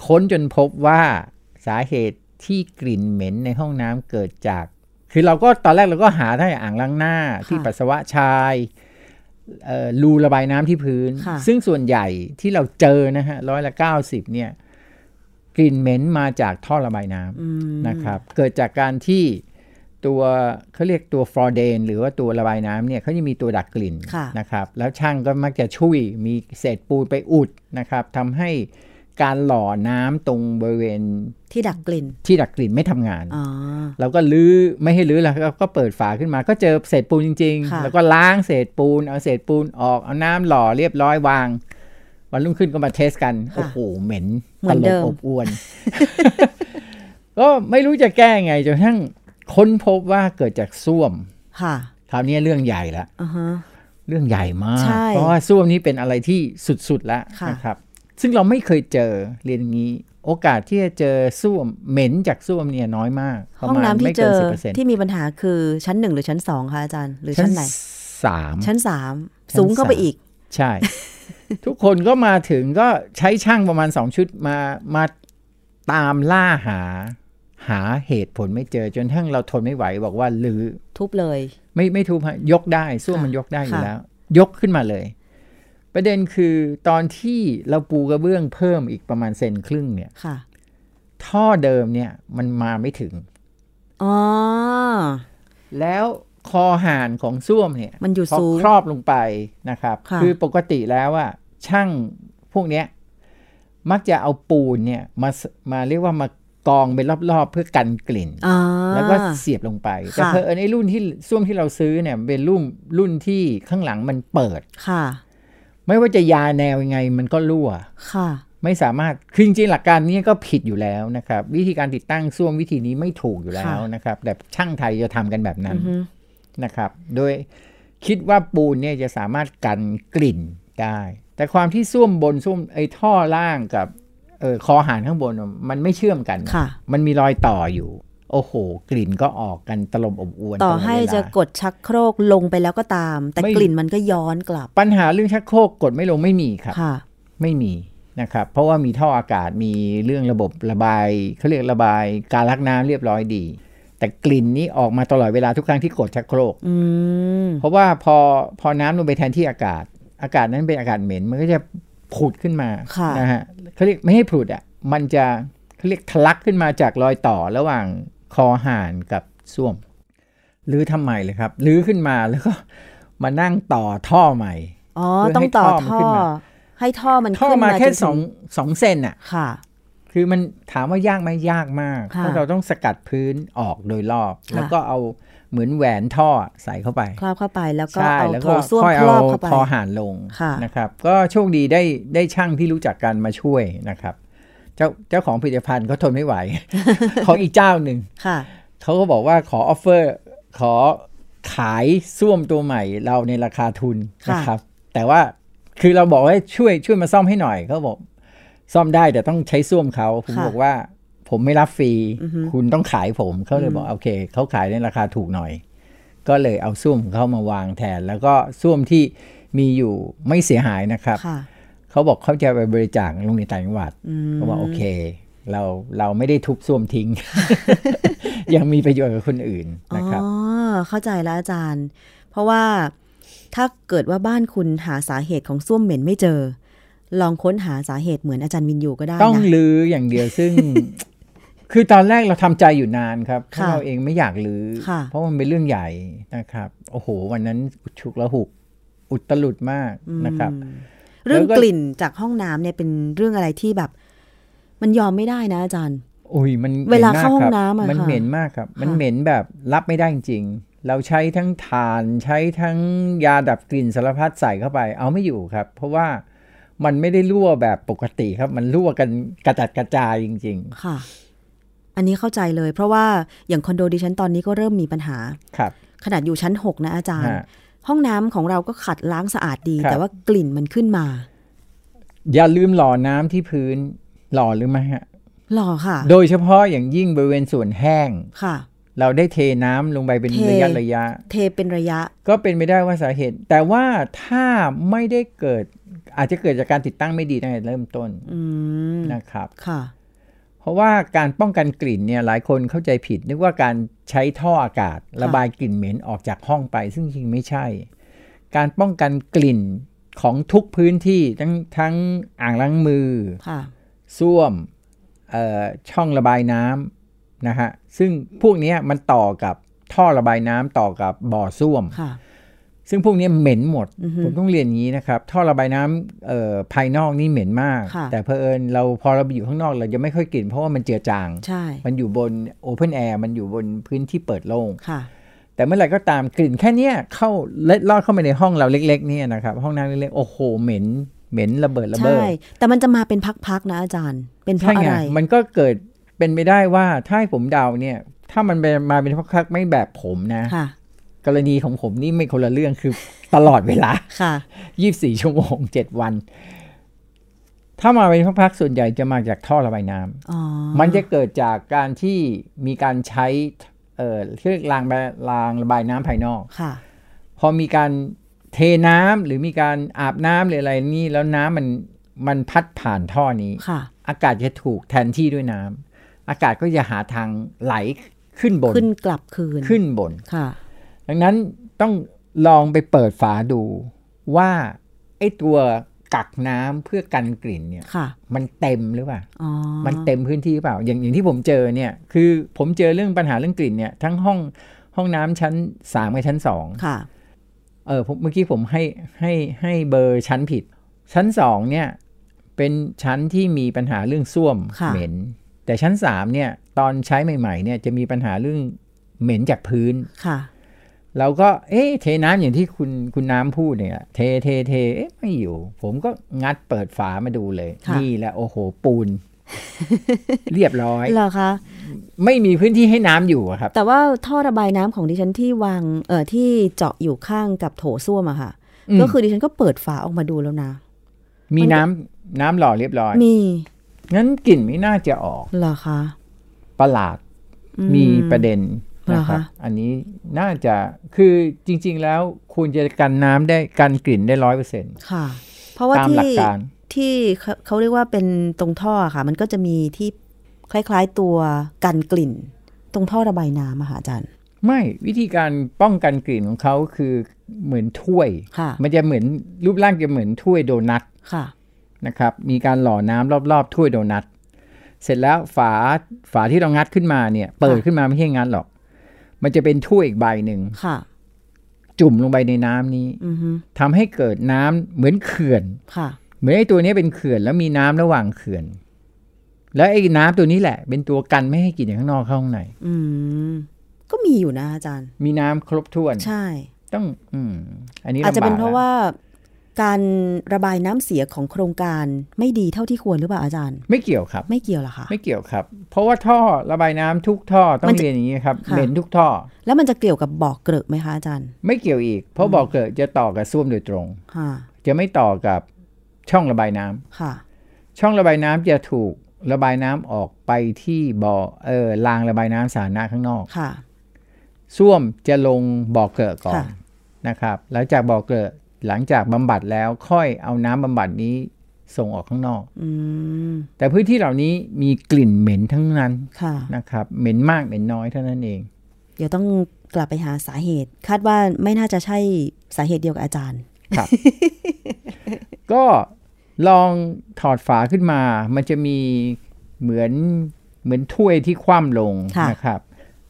ค้นจนพบว่าสาเหตุที่กลิ่นเหม็นในห้องน้ำเกิดจาก คือเราก็ตอนแรกเราก็หาได้อ่างล้างหน้าที่ ค่ะ ปัสสาวะชายเอ่อรูระบายน้ำที่พื้น ค่ะ ซึ่งส่วนใหญ่ที่เราเจอนะฮะร้อยละเก้าสิบเนี่ยกลิ่นเหม็นมาจากท่อระบายน้ำ อืม นะครับเกิดจากการที่ตัวเขาเรียกตัวฟลอเดนหรือว่าตัวระบายน้ำเนี่ยเขาจะมีตัวดักกลิ่น ค่ะ นะครับแล้วช่างก็มักจะช่วยมีเศษปูนไปอุดนะครับทำให้การหล่อน้ำตรงบริเวณ ที่ดักกลิ่น ที่ดักกลิ่นไม่ทำงาน อ๋อ เราก็ลื้อไม่ให้ลื้อแล้วก็ก็เปิดฝาขึ้นมาก็เจอเศษปูนจริง ค่ะ ๆ แล้วก็ล้างเศษปูนเอาเศษปูนออกเอาน้ำหล่อเรียบร้อยวาง วันรุ่งขึ้นก็มาเทสกัน โอ้โห เหม็น เหมื ต อน ล เดิ บ ม อบอวน <laughs> ก็ไม่รู้จะแก้ไงจนกระทั่งค้นพบว่าเกิดจากส้วม ค่ะ คราวนี้เรื่องใหญ่ละ อ่าฮะ เรื่องใหญ่มาก ใช่ เพราะว่าส้วมนี้เป็นอะไรที่สุดๆแล้ว ค่ะ นะครับ ซึ่งเราไม่เคยเจอเรียนอย่างนี้ โอกาสที่จะเจอส้วมเหม็นจากส้วมเนี่ยน้อยมากประ ห้อง มาณ น้ำที่ ไม่ เจ เกิน อ สิบเปอร์เซ็นต์ ที่มีปัญหาคือชั้นหนึ่งหรือชั้นสองคะอาจารย์ หรือชั้นไหน สาม ชั้นสาม ชั้น สูงเข้าไป สาม อีก ใช่ ทุกคนก็มาถึงก็ใช้ช่างประมาณสองชุดมามาตามล่าหา หาเหตุผลไม่เจอจนทั้งเราทนไม่ไหว บอกว่าลือ ทุบเลย ไม่ไม่ทุบฮะยกได้ส้วมมันยกได้อยู่ ค่ะ แล้ว ยกขึ้นมาเลย ประเด็นคือตอนที่เราปูกระเบื้องเพิ่มอีกประมาณเซนครึ่งเนี่ย ค่ะ ท่อเดิมเนี่ยมันมาไม่ถึง อ๋อ แล้วคอห่านของส้วมเนี่ย มันอยู่ พอ สูง ครอบลงไปนะครับ ค่ะ อปกติแล้วอะช่างพวกเนี้ยมักจะเอาปูนเนี่ยมาสมาเรียกว่ามากองเป็นรอบๆ เพื่อกันกลิ่น อ่า แล้วก็เสียบลงไปแต่ ค่ะ เพอเออในรุ่นที่ส้วมที่เราซื้อเนี่ยเป็นรุ่นรุ่นที่ข้างหลังมันเปิด ค่ะ ไม่ว่าจะยาแนวยังไงมันก็รั่ว ค่ะ ไม่สามารถคือจริงๆหลักการนี้ก็ผิดอยู่แล้วนะครับ วิธีการติดตั้งส้วมวิธีนี้ไม่ถูกอยู่แล้ว ค่ะ นะครับ แต่ช่างไทยจะทำกันแบบนั้ อื น อฮึ นะครับ โดยคิดว่าปูนเนี่ยจะสามารถกันกลิ่นได้ แต่ความที่ส้วมบนส้วมไอ้ท่อล่างกับเออคอหารข้างบน มันไม่เชื่อมกัน ค่ะ มันมีรอยต่ออยู่ โอ้โห กลิ่นก็ออกกันตลบอบอวน ต่อ ลดเวลา ให้จะกดชักโครกลงไปแล้วก็ตาม แต่ ไม่ กลิ่นมันก็ย้อนกลับ ปัญหาเรื่องชักโครกกดไม่ลงไม่มีครับ ค่ะ ไม่มีนะครับ เพราะว่ามีท่ออากาศมีเรื่องระบบระบายเขาเรียกระบายการลักน้ำเรียบร้อยดี แต่กลิ่นนี้ออกมาตลอดเวลาทุกครั้งที่กดชักโครก อืม เพราะว่าพอพอน้ำลงไปแทนที่อากาศ อากาศนั้นเป็นอากาศเหม็น มันก็จะผุดขึ้นมา ค่ะ นะฮะเขาเรียกไม่ให้ผุดอ่ะมันจะเขาเรียกทะลักขึ้นมาจากรอยต่อระหว่างคอห่านกับส้วมหรือทำใหม่เลยครับหรือขึ้นมาแล้วก็ <laughs> มานั่งต่อท่อใหม่ อ๋อ เพื่อต้อให้งต่อ ท่อมันขึ้ ท่อให้ท่อมันนมาท่อ ขึ้น มา มา แค่ จนถึ สองสองเซนอ่ะ ค่ะ คือมันถามว่ายากไหมยากมาก ค่ะ เพราะเราต้องสกัดพื้นออกโดยรอบ ค่ะ แล้วก็เอาเหมือนแหวนท่อใส่เข้าไป ครอบเข้าไปแล้วก็ ใช่ เอา แล้ว โถ ก็ ส้วม ค่อย คร เอา อบเข้าไป คอหันลง ค่ะ นะครับ ก็โชคดีได้ได้ช่างที่รู้จักกันมาช่วยนะครับ เจ้าเจ้าของผลิตภัณฑ์เขาทนไม่ไหว <laughs> ของอีกเจ้าหนึ่ง ค่ะ เขาก็บอกว่าขอออฟเฟอร์ขอขายส้วมตัวใหม่เราในราคาทุน ค่ะ นะครับ แต่ว่าคือเราบอกว่าช่วยช่วยมาซ่อมให้หน่อยเขาบอกซ่อมได้แต่ต้องใช้ส้วมเขาผม ค่ะ บอกว่าผมไม่รับฟรีคุณต้องขายผมเขาเลยบอกโอเคเขาขายในราคาถูกหน่อย ก็เลยเอาส้วมของเขามาวางแทน แล้วก็ส้วมที่มีอยู่ไม่เสียหายนะครับ ค่ะ เขาบอกเขาจะไปบริจาคโรงเรียนต่างจังหวัดเขาบอกโอเค เราเราไม่ได้ทุบส้วมทิ้ง <laughs> ยังมีประโยชน์กับคนอื่นนะครับ อ๋อ เข้าใจแล้วอาจารย์ เพราะว่าถ้าเกิดว่าบ้านคุณหาสาเหตุของส้วมเหม็นไม่เจอ ลองค้นหาสาเหตุเหมือนอาจารย์วินยูก็ได้ ต้อง นะ ลือ้ออย่างเดียว <laughs> ซึ่ง คือตอนแรกเราทำใจอยู่นานครับเพราะ ค่ะ เราเองไม่อยากลือ้อ ค่ะ เพราะมันเป็นเรื่องใหญ่นะครับ โอ้โห วันนั้นฉุกละหุก อุตลุดมากนะครับ เรื่อง แล้วก็ กลิ่นจากห้องน้ำเนี่ยเป็นเรื่องอะไรที่แบบ มันยอมไม่ได้นะอาจารย์ โอ้ยมัน เวลา ม็มก เข้าห้อง ครับ น้ำอะ มัน ค่ะ เหม็นมากครับ มัน ค่ะ เหม็นแบบรับไม่ได้จริงๆเราใช้ทั้งถ่านใช้ทั้งยาดับกลิ่นสารพัดใส่เข้าไป เอาไม่อยู่ครับ เพราะว่ามันไม่ได้รั่วแบบปกติครับ มันรั่วกันกระจัดกระจายจริง ค่ะ อันนี้เข้าใจเลย เพราะว่าอย่างคอนโดดิฉันตอนนี้ก็เริ่มมีปัญหา ๆ ครับ ขนาดอยู่ชั้น 6 นะอาจารย์ ฮะ ห้องน้ำของเราก็ขัดล้างสะอาดดี ครับ แต่ว่ากลิ่นมันขึ้นมา อย่าลืมหล่อน้ำที่พื้นหล่อหรือไม่ฮะ หล่อค่ะ โดยเฉพาะอย่างยิ่งบริเวณส่วนแห้ง ค่ะ เราได้เทน้ำลงไปเป็น เท ระยะระยะ เทเป็นระยะ ก็เป็นไม่ได้ว่าสาเหตุ แต่ว่าถ้าไม่ได้เกิดอาจจะเกิดจากการติดตั้งไม่ดีตั้งแต่เริ่มต้น อืม นะครับ ค่ะ เพราะว่าการป้องกันกลิ่นเนี่ยหลายคนเข้าใจผิด นึกว่าการใช้ท่ออากาศ ระบายกลิ่นเหม็นออกจากห้องไป ซึ่งจริงไม่ใช่ การป้องกันกลิ่นของทุกพื้นที่ทั้งทั้งอ่างล้างมือ ค่ะ ส้วมเอ่อช่องระบายน้ำนะฮะซึ่งพวกเนี้ยมันต่อกับท่อระบายน้ำต่อกับบ่อส้วม ค่ะ ซึ่งพวกเนี้ยเหม็นหมด อือฮึ ผมต้องเรียนอย่างนี้นะครับ ท่อระบายน้ำเอ่อภายนอกนี่เหม็นมาก ค่ะ แต่เพอเอิญเราพอเราไปอยู่ข้างนอกเราจะไม่ค่อยกลิ่นเพราะว่ามันเจือจาง ใช่ มันอยู่บนโอเพนแอร์มันอยู่บนพื้นที่เปิดโล่ง ค่ะ แต่เมื่อไหร่ก็ตามกลิ่นแค่เนี้ยเข้าเล็ดลอดเข้าไปในห้องเราเล็ก ๆเนี่ยนะครับห้องน้ำเล็กๆโอ้โหเหม็นเหม็นระเบิดระเบ้ ใช่ อ แต่มันจะมาเป็นพักๆนะอาจารย์ เป็นเพ ใช่ ราะอะ ไง ไร มันก็เกิดเป็นไปได้ว่าถ้าให้ผมเดาเนี่ย ถ้ามันเป็นมาเป็นพักๆไม่แบบผมนะ ค่ะ กรณีของผมนี่ไม่คนละเรื่องคือ ตลอดเวลา ค่ะ 24 ชั่วโม <laughs> ง 7 วัน ถ้ามาเป็นพักๆส่วนใหญ่จะมาจากท่อระบายน้ำ อ๋อ มันจะเกิดจากการที่มีการใช้เอ่อเรียกรางระรางระบายน้ำภายนอก ค่ะ พอมีการเทน้ำหรือมีการอาบน้ำหรืออะไรนี่แล้วน้ำมันมันพัดผ่านท่อนี้ ค่ะ อากาศจะถูกแทนที่ด้วยน้ำอากาศก็จะหาทางไหลขึ้นบน ขึ้นกลับคืน ขึ้นบน ค่ะ ดังนั้นต้องลองไปเปิดฝาดูว่าไอ้ตัวกักน้ำเพื่อกันกลิ่นเนี่ย ค่ะ มันเต็มหรือเปล่า อ๋อ มันเต็มพื้นที่หรือเปล่า อย่างอย่างที่ผมเจอเนี่ยคือผมเจอเรื่องปัญหาเรื่องกลิ่นเนี่ยทั้งห้องห้องน้ำชั้นสามกับชั้นสอง ค่ะ เออผมเมื่อกี้ผมให้ให้ให้เบอร์ชั้นผิด ชั้นสองเนี่ยเป็นชั้นที่มีปัญหาเรื่องส้วม ค่ะ เหม็น แต่ชั้นสามเนี่ยตอนใช้ใหม่ๆเนี่ยจะมีปัญหาเรื่องเหม็นจากพื้น ค่ะ เราก็เอ๊ะเทน้ำอย่างที่คุณคุณน้ำพูดเนี่ยเทเทเทเอ๊ะไม่อยู่ ผมก็งัดเปิดฝามาดูเลย ค่ะ นี่แหละโอ้โหปู <laughs> น เรียบร้อย เหรอคะ ไม่มีพื้นที่ให้น้ำอยู่อะครับ แต่ว่าท่อระบายน้ำของดิฉันที่วางเอ่อที่เจาะอยู่ข้างกับโถส้วมอะค่ะ อืม ก็คือดิฉันก็เปิดฝาออกมาดูแล้วนะ มี มันก็ น้ำน้ำหล่อเรียบร้อย มี งั้นกลิ่นไม่น่าจะออก เหรอคะ ประหลาด อื มีประเด็นนะครับ เหรอคะ อันนี้น่าจะคือจริง ๆ แล้วคุณจะกันน้ำได้กันกลิ่นได้ร้อยเปอร์เซ็นต์ ค่ะ เพราะว่า ตามหลั ที่ กการ ที่เขาเขาเรียกว่าเป็นตรงท่อค่ะ มันก็จะมีที่คล้ายๆตัวกันกลิ่น ตรงท่อระบายน้ำอะค่ะอาจารย์ ไม่วิธีการป้องกันกลิ่นของเขาคือเหมือนถ้วย ค่ะ มันจะเหมือนรูปร่างจะเหมือนถ้วยโดนัท ค่ะ นะครับ มีการหล่อน้ำรอบๆ ถ้วยโดนัทเสร็จแล้วฝาฝาที่เรางัดขึ้นมาเนี่ย เปิดขึ้นมาไม่ใช่งัดหรอก มันจะเป็นถ้วยอีกใบหนึ่ง ค่ะ จุ่มลงไปในน้ำนี้ อือฮึ ทำให้เกิดน้ำเหมือนเขื่อน ค่ะ เหมือนไอ้ตัวเนี้ยเป็นเขื่อนแล้วมีน้ำระหว่างเขื่อน แล้วไอ้น้ำตัวนี้แหละ เป็นตัวกันไม่ให้กลิ่นจากข้างนอกเข้าข้างใน อืม ก็มีอยู่นะอาจารย์ มีน้ำครบถ้วน ใช่ ต้อง อืมอันนี้ อาจจะเป็น ลำบก เพราะ ล ว่าการระบายน้ำเสียของโครงการไม่ดีเท่าที่ควรหรือเปล่าอาจารย์ ไม่เกี่ยวครับ ไม่เกี่ยวเหรอคะ ไม่เกี่ยวครับ เพราะว่าท่อระบายน้ำทุกท่อต้อ มั ง นจะ เรียนอย่างนี้ครับ ค่ะ เหม็นทุกท่อ แล้วมันจะเกี่ยวกับบ่อเกลอะไหมคะอาจารย์ ไม่เกี่ยวอีก เพราะบอกเกิดจะต่อกับส้วมโดยตรง ค่ะ จะไม่ต่อกับช่องระบายน้ำ ค่ะ ช่องระบายน้ำจะถูกระบายน้ำออกไปที่บ่อเออรางระบายน้ำสาธารณะข้างนอก ค่ะ ส้วมจะลงบ่อเกิดก่อน ค่ะ นะครับหลังจากบ่อเกิดหลังจากบำบัดแล้วค่อยเอาน้ำบำบัดนี้ส่งออกข้างนอก อืม แต่พื้นที่เหล่านี้มีกลิ่นเหม็นทั้งนั้น ค่ะ นะครับเหม็นมากเหม็นน้อยเท่านั้นเอง เดี๋ยวต้องกลับไปหาสาเหตุ คาดว่าไม่น่าจะใช่สาเหตุเดียวกับอาจารย์ ครับ <laughs> ก็ลองถอดฝาขึ้นมา มันจะมีเหมือนเหมือนถ้วยที่คว่ำลง ค่ะ นะครับ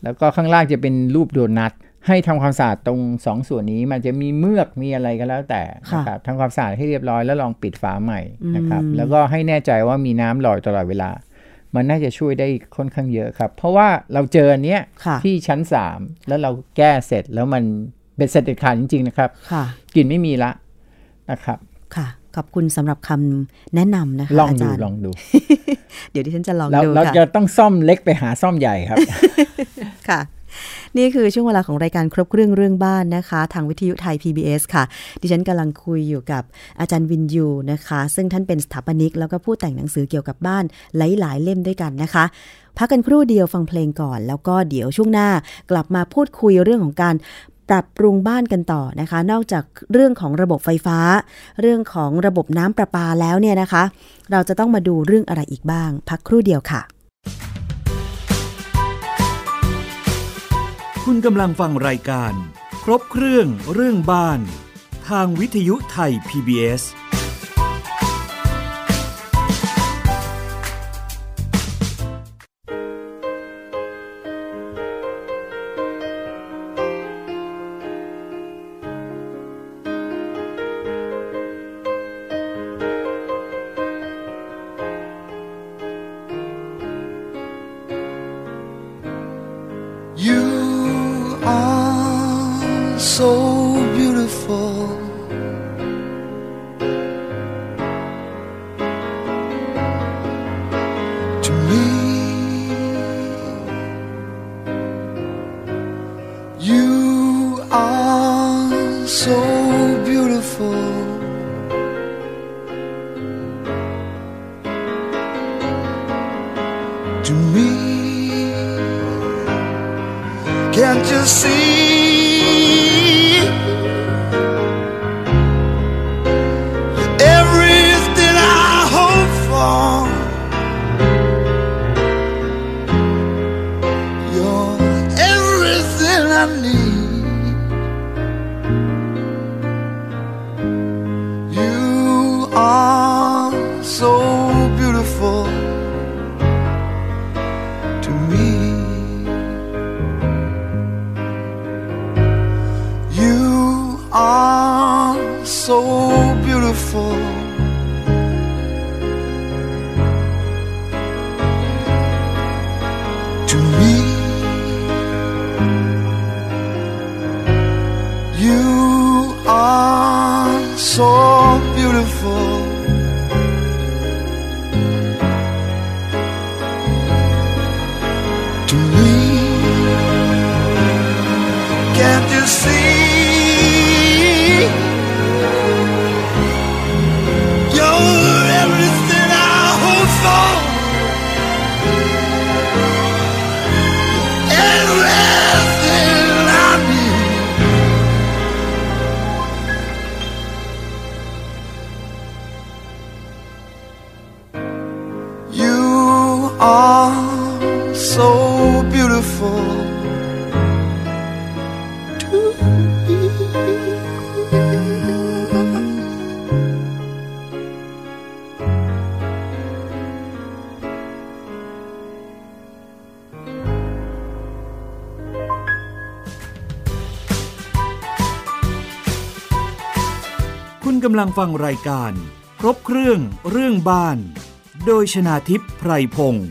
แล้วก็ข้างล่างจะเป็นรูปโดนัท ให้ทำความสะอาดตรงสองส่วนนี้ มันจะมีเมือกมีอะไรก็แล้วแต่นะครับทำความสะอาดให้เรียบร้อยแล้วลองปิดฝาใหม่นะครับ แล้วก็ให้แน่ใจว่ามีน้ำหล่อยตลอดเวลา มันน่าจะช่วยได้ค่อนข้างเยอะครับ เพราะว่าเราเจออันเนี้ย ค่ะ ที่ชั้นสามแล้วเราแก้เสร็จแล้วมันเป็นเสร็จเด็ดขาดจริงๆนะครับ ค่ะ กลิ่นไม่มีละนะครับ ค่ะ ขอบคุณสำหรับคำแนะนำนะคะ ลอง อา ดู จารย์ ลองดู เดี๋ยวดิฉันจะลอง เรา ดู เรา ค่ะ จะต้องซ่อมเล็กไปหาซ่อมใหญ่ครับ <laughs> ค่ะ นี่คือช่วงเวลาของรายการครบเครื่องเรื่องบ้านนะคะ ทางวิทยุไทย PBS ค่ะ ดิฉันกำลังคุยอยู่กับอาจารย์วินยูนะคะ ซึ่งท่านเป็นสถาปนิก แล้วก็ผู้แต่งหนังสือเกี่ยวกับบ้านหลาย ๆ เล่มด้วยกันนะคะ พักกันครู่เดียวฟังเพลงก่อน แล้วก็เดี๋ยวช่วงหน้ากลับมาพูดคุยเรื่องของการปรับปรุงบ้านกันต่อนะคะ นอกจากเรื่องของระบบไฟฟ้า เรื่องของระบบน้ำประปาแล้วเนี่ยนะคะ เราจะต้องมาดูเรื่องอะไรอีกบ้าง พักครู่เดียวค่ะ คุณกำลังฟังรายการ ครบเครื่องเรื่องบ้าน ทางวิทยุไทย PBS You are so beautiful. To me, you are so beautiful. To me. Can't you see? Everything I hope for, you're everything I need. You are so beautiful to me. You are so beautiful. To me, you are so beautiful. To me. Can't you see? You're everything I hope for. so beautiful to me. .1 คุณกำลังฟังรายการ ครบเครื่องเรื่องบ้าน โดยชนาทิพย์ไพรพงศ์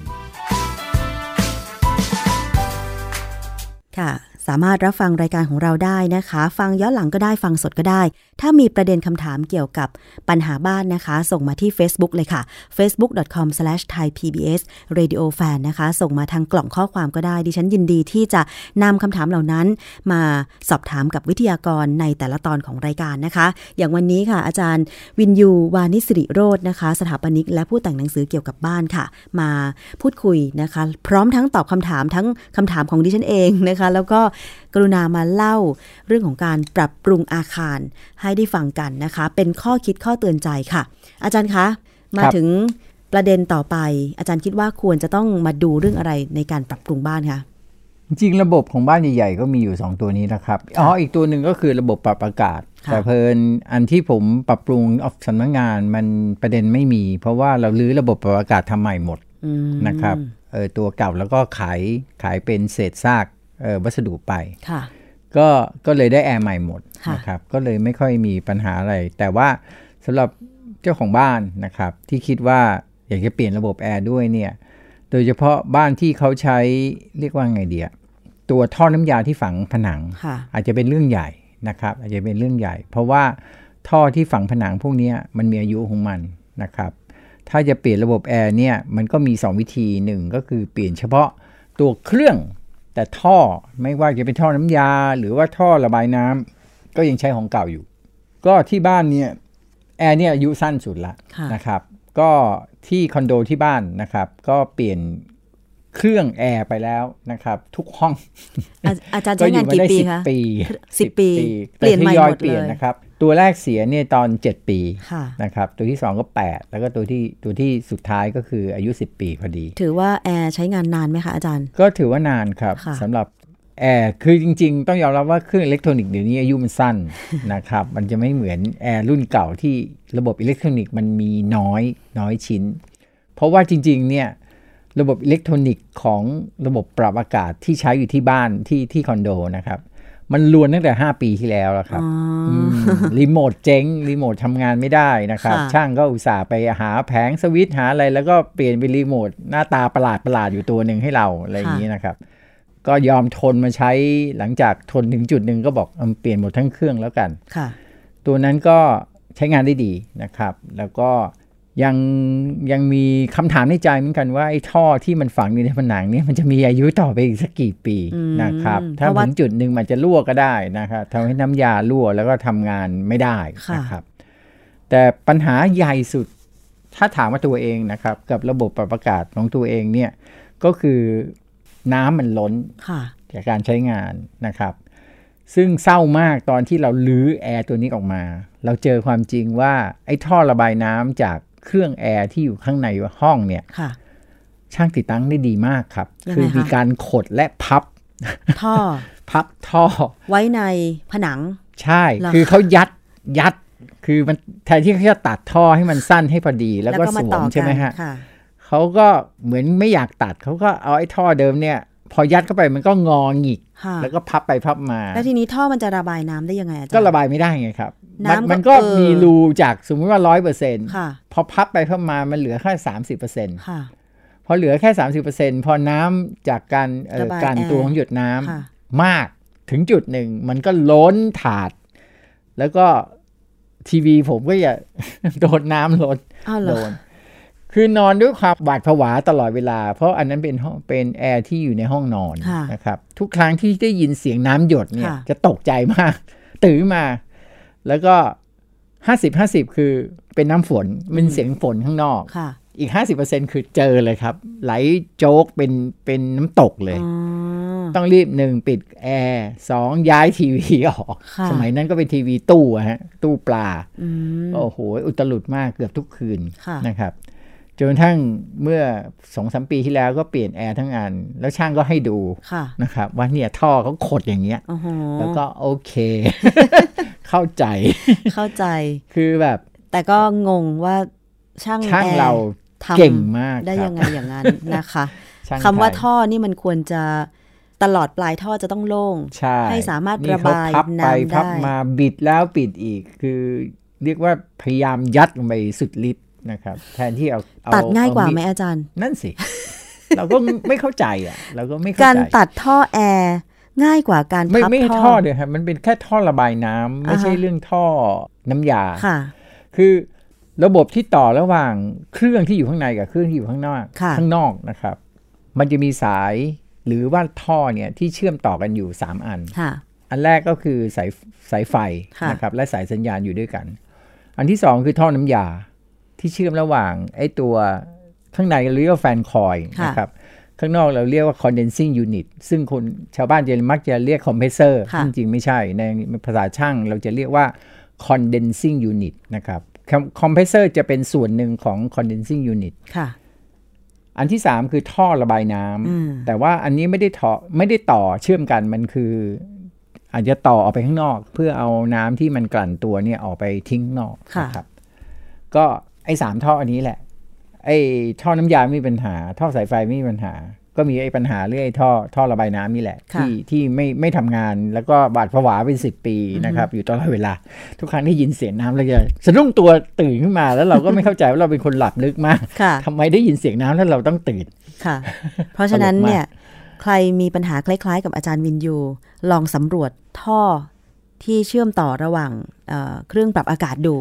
ค่ะ สามารถรับฟังรายการของเราได้นะคะ ฟังย้อนหลังก็ได้ฟังสดก็ได้ ถ้ามีประเด็นคำถามเกี่ยวกับปัญหาบ้านนะคะ ส่งมาที่ Facebook เลยค่ะ facebook.com/thaipbsradiofan นะคะ ส่งมาทางกล่องข้อความก็ได้ ดิฉันยินดีที่จะนำคำถามเหล่านั้นมาสอบถามกับวิทยากรในแต่ละตอนของรายการนะคะ อย่างวันนี้ค่ะ อาจารย์วินยูวานิสิริโรจน์นะคะ สถาปนิกและผู้แต่งหนังสือเกี่ยวกับบ้านค่ะ มาพูดคุยนะคะ พร้อมทั้งตอบคำถามทั้งคำถามของดิฉันเองนะคะ แล้วก็กรุณามาเล่าเรื่องของการปรับปรุงอาคารให้ได้ฟังกันนะคะ เป็นข้อคิดข้อเตือนใจค่ะ อาจารย์คะมา ครับ ถึงประเด็นต่อไป อาจารย์คิดว่าควรจะต้องมาดูเรื่องอะไรในการปรับปรุงบ้านคะ จริงๆระบบของบ้านใหญ่ๆก็มีอยู่ 2 ตัวนี้นะครับอ๋ออีกตัวหนึ่งก็คือระบบปรับอากาศ ค่ะ แต่เพลินอันที่ผมปรับปรุงออฟสำนักงานมันประเด็นไม่มี เพราะว่าเราลื้อระบบปรับอากาศทำใหม่หมด อืม นะครับเออตัวเก่าแล้วก็ขายขายเป็นเศษซากเออวัสดุไป ค่ะ ก็ก็เลยได้แอร์ใหม่หมด ค่ะ นะครับก็เลยไม่ค่อยมีปัญหาอะไร แต่ว่าสำหรับเจ้าของบ้านนะครับ ที่คิดว่าอยากจะเปลี่ยนระบบแอร์ด้วยเนี่ยโดยเฉพาะบ้านที่เขาใช้เรียกว่าไงเดียตัวท่อน้ำยาที่ฝังผนัง ค่ะ อาจจะเป็นเรื่องใหญ่นะครับ อาจจะเป็นเรื่องใหญ่ เพราะว่าท่อที่ฝังผนังพวกเนี้ยมันมีอายุของมันนะครับ ถ้าจะเปลี่ยนระบบแอร์เนี่ยมันก็มี 2 วิธีหนึ่งก็คือเปลี่ยนเฉพาะตัวเครื่อง แต่ท่อไม่ว่าจะเป็นท่อน้ำยา หรือว่าท่อระบายน้ำก็ยังใช้ของเก่าอยู่ ก็ที่บ้านเนี่ยแอร์เนี่ยอายุสั้นสุดละ ค่ะ นะครับ ก็ที่คอนโดที่บ้านนะครับ ก็เปลี่ยนเครื่องแอร์ไปแล้วนะครับ ทุกห้อง อาอาจารย์ใช้งานกี่ปีคะ ก็อยู่มาได้ สิ สิ บบ ปี ปี เปลี่ยนใหม่ แต่ทยอย หมดเลย เปลี่ยนนะครับ ตัวแรกเสียเนี่ยตอน 7 ปี ค่ะ นะครับ ตัวที่ 2 ก็ 8 แล้วก็ตัวที่ตัวที่สุดท้ายก็คืออายุ 10 ปีพอดี ถือว่าแอร์ใช้งานนานไหมคะอาจารย์ ก็ถือว่านานครับ ค่ะ สำหรับแอร์คือจริง ๆ ต้องยอมรับว่าเครื่องอิเล็กทรอนิกส์เดี๋ยวนี้อายุมันสั้น นะครับ <laughs> มันจะไม่เหมือนแอร์รุ่นเก่าที่ระบบอิเล็กทรอนิกส์มันมีน้อยน้อยชิ้น เพราะว่าจริง ๆ เนี่ยระบบอิเล็กทรอนิกส์ของระบบปรับอากาศที่ใช้อยู่ที่บ้านที่ที่คอนโดนะครับ มันลวนตั้งแต่ 5 ปีที่แล้วแล้วครับม <laughs> รีโมทเจ๊งรีโมททำงานไม่ได้นะครับ ค่ะ ช่างก็อุตส่าห์ไปหาแผงสวิตช์หาอะไร แล้วก็เปลี่ยนเป็นรีโมทหน้าตาประหลาดประหลาดๆอยู่ตัวหนึ่งให้เราอะไรอย่างนี้นะครับ ก็ยอมทนมาใช้หลังจากทนถึงจุดหนึ่งก็บอกเอาเปลี่ยนหมดทั้งเครื่องแล้วกัน ค่ะ ตัวนั้นก็ใช้งานได้ดีนะครับ แล้วก็ยังยังมีคำถามในใจเหมือนกันว่าไอ้ท่อที่มันฝังอยู่ในผนังเนี่ยมันจะมีอายุต่อไปอีกสักกี่ปีนะครับ อืม ถ้า เพราะว่า ถึงจุดหนึ่งมันจะรั่วก็ได้นะครับทำให้น้ำยารั่วแล้วก็ทำงานไม่ได้ ค่ะ นะครับ แต่ปัญหาใหญ่สุดถ้าถามมาตัวเองนะครับ กับระบบปรับอากาศของตัวเองเนี่ยก็คือน้ำมันล้น ค่ะ จากการใช้งานนะครับ ซึ่งเศร้ามากตอนที่เราลื้อแอร์ตัวนี้ออกมา เราเจอความจริงว่าไอ้ท่อระบายน้ำจากเครื่องแอร์ที่อยู่ข้างในห้องเนี่ย ค่ะ ช่างติดตั้งได้ดีมากครับ ยังไง คือมี คะ การขดและพับ ท่อ พับท่อ ไว้ในผนัง ใช่ เหรอ คือเขายัดยัด คือมันแทนที่เขาจะตัดท่อให้มันสั้นให้พอดี แล้วก็สวมใช่ไหมฮะ ค่ะ เขาก็เหมือนไม่อยากตัดเขาก็เอาไอ้ท่อเดิมเนี่ย พอยัดเข้าไปมันก็งอหงิก ค่ะ แล้วก็พับไปพับมา แล้วทีนี้ท่อมันจะระบายน้ำได้ยังไงอาจารย์ ก็ระบายไม่ได้ไงครับ มั น้ำก็ มันก็ เอ่อ มีรูจากสมมติว่าร้อยเปอร์เซ็นต์ ค่ะ พอพับไปพับมามันเหลือแค่สามสิบเปอร์เซ็นต์ ค่ะ พอเหลือแค่สามสิบเปอร์เซ็นต์พอน้ำจากการเอ่อ ระบาย การ แอร์ ตัวของหยดน้ำ ค่ะ มากถึงจุดหนึ่ง มันก็ล้นถาด แล้วก็ทีวีผมก็อย่า <laughs> โดนน้ำล้น อ้าวเหร โด อน คือนอนด้วยความหวาดผวาตลอดเวลา เพราะอันนั้นเป็นห้องเป็นแอร์ที่อยู่ในห้องนอน ค่ะ นะครับ ทุกครั้งที่ได้ยินเสียงน้ำหยดเนี่ย ค่ะ จะตกใจมาก <laughs> ตื่นมา แล้วก็ห้าสิบห้าสิบคือเป็นน้ำฝนมันเสียงฝนข้างนอก ค่ะ อีกห้าสิบเปอร์เซ็นคือเจอเลยครับ ไหลโจ๊กเป็นเป็นน้ำตกเลย อ๋อ ต้องรีบหนึ่งปิดแอร์สองย้ายทีวีออก ค่ะ สมัยนั้นก็เป็นทีวีตู้อะฮะตู้ปลา อืม โอ้โห อุตลุดมากเกือบทุกคืน ค่ะ นะครับ จนกระทั่งเมื่อสองสามปีที่แล้วก็เปลี่ยนแอร์ทั้งอัน แล้วช่างก็ให้ดู ค่ะ นะครับว่าเนี่ยท่อเขาขดอย่างเงี้ย โอ้โห แล้วก็โอเค <laughs> เข้าใจ เข้าใจ คือแบบ แต่ก็งงว่าช่าง ช่าง แอร์ เรา ทำ เก่งมาก ได้ ครับ ยังไงอย่าง <laughs> นั้นนะคะ ช่ง คำว่า ไทย ท่อนี่มันควรจะตลอดปลายท่อจะต้องโล่ง ใช่ ให้สามารถ นี่ ระบาย เขพับไป น้ำ พับ ได้ มาบิดแล้วปิดอีก คือเรียกว่าพยายามยัดลงไปสุดฤทธิ์นะครับ แทนที่เอาเอ ตัดง่ายกว่า เอ ไหมอาจารย์ นั่นสิ <laughs> เราก็ไม่เข้าใจอ่ะ เราก็ไม่เข้าใจ การตัดท่อแอร์ง่ายกว่าการ ไม่ พับ ไม่ให้ ท่ ท่ อ อเดียวครับมันเป็นแค่ท่อระบายน้ำไม่ใช่ อ่าฮะ เรื่องท่อน้ำยา ค่ะ คือระบบที่ต่อระหว่างเครื่องที่อยู่ข้างในกับเครื่องที่อยู่ข้างนอก ค่ะ ข้างนอกนะครับ มันจะมีสายหรือว่าท่อเนี่ยที่เชื่อมต่อกันอยู่ 3 อัน ค่ะ อันแรกก็คือสายสายไฟ ค่ะ นะครับและสายสัญญาณอยู่ด้วยกัน อันที่ 2 คือท่อน้ำยาที่เชื่อมระหว่างไอ้ตัวข้างในเราเรียกว่าแฟนคอย ค่ะ นะครับข้างนอกเราเรียกว่า condensing unit ซึ่งคนชาวบ้านจะมักจะเรียกคอมเพรสเซอร์ ค่ะ จริงๆไม่ใช่ในภาษาช่างเราจะเรียกว่า condensing unit นะครับคอมเพรสเซอร์จะเป็นส่วนหนึ่งของ condensing unit ค่ะ อันที่ 3 คือท่อระบายน้ำ อืม แต่ว่าอันนี้ไม่ได้ท่อไม่ได้ต่อเชื่อมกันมันคือ อาจจะต่อออกไปข้างนอก เพื่อเอาน้ำที่มันกลั่นตัวเนี่ยออกไปทิ้งข้างนอก ค่ะ นะครับ ก็ไอ้สามท่ออันนี้แหละ ไอ้ท่อน้ำยาไม่มีปัญหา ท่อสายไฟไม่มีปัญหา ก็มีไอ้ปัญหาเรื่องไอ้ท่อท่อระบายน้ำนี่แหละ ค่ะ ที่ที่ไม่ไม่ทำงานแล้วก็บาดผวาเป็นสิบปีนะครับ อยู่ตลอดเวลา ทุกครั้งที่ยินเสียงน้ำเราจะสะดุ้งตัวตื่นขึ้นมา แล้วเราก็ไม่เข้าใจว่าเราเป็นคนหลับลึกมาก ค่ะ ทำไมได้ยินเสียงน้ำแล้วเราต้องตื่น <laughs> ค่ะ เพราะฉะนั้น ตลกมาก เนี่ย ใครมีปัญหาคล้ายๆ กับอาจารย์วินยู ลองสำรวจท่อที่เชื่อมต่อระหว่างเอ่อเครื่องปรับอากาศดู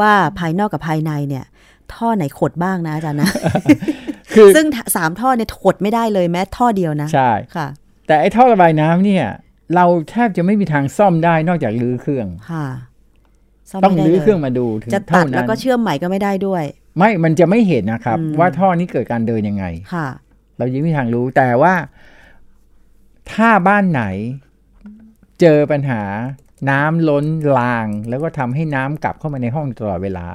ว่าภายนอกกับภายในเนี่ย ท่อไหนขดบ้างนะอา <laughs> จารย์นะ คือ ซึ่งสามท่อเนี่ยขดไม่ได้เลยแม้ท่อเดียวนะ ใช่ ค่ะ แต่ไอ้ท่อระบายน้ำเนี่ย เราแทบจะไม่มีทางซ่อมได้นอกจากรื้อเครื่อง ค่ะซ่ม ต้อง ไม่ได้ รื้อ ลย เครื่องมาดูถึง จะ เท่า ตัดแล้ว นั้น ก็เชื่อมใหม่ก็ไม่ได้ด้วย ไม่ มันจะไม่เห็นนะครับ อืม ว่าท่อนี้เกิดการเดินยังไง ค่ะ เรายังไม่มีทางรู้แต่ว่าถ้าบ้านไหนเจอปัญหาน้ำล้นราง แล้วก็ทำให้น้ำกลับเข้ามาในห้องตลอดเวลา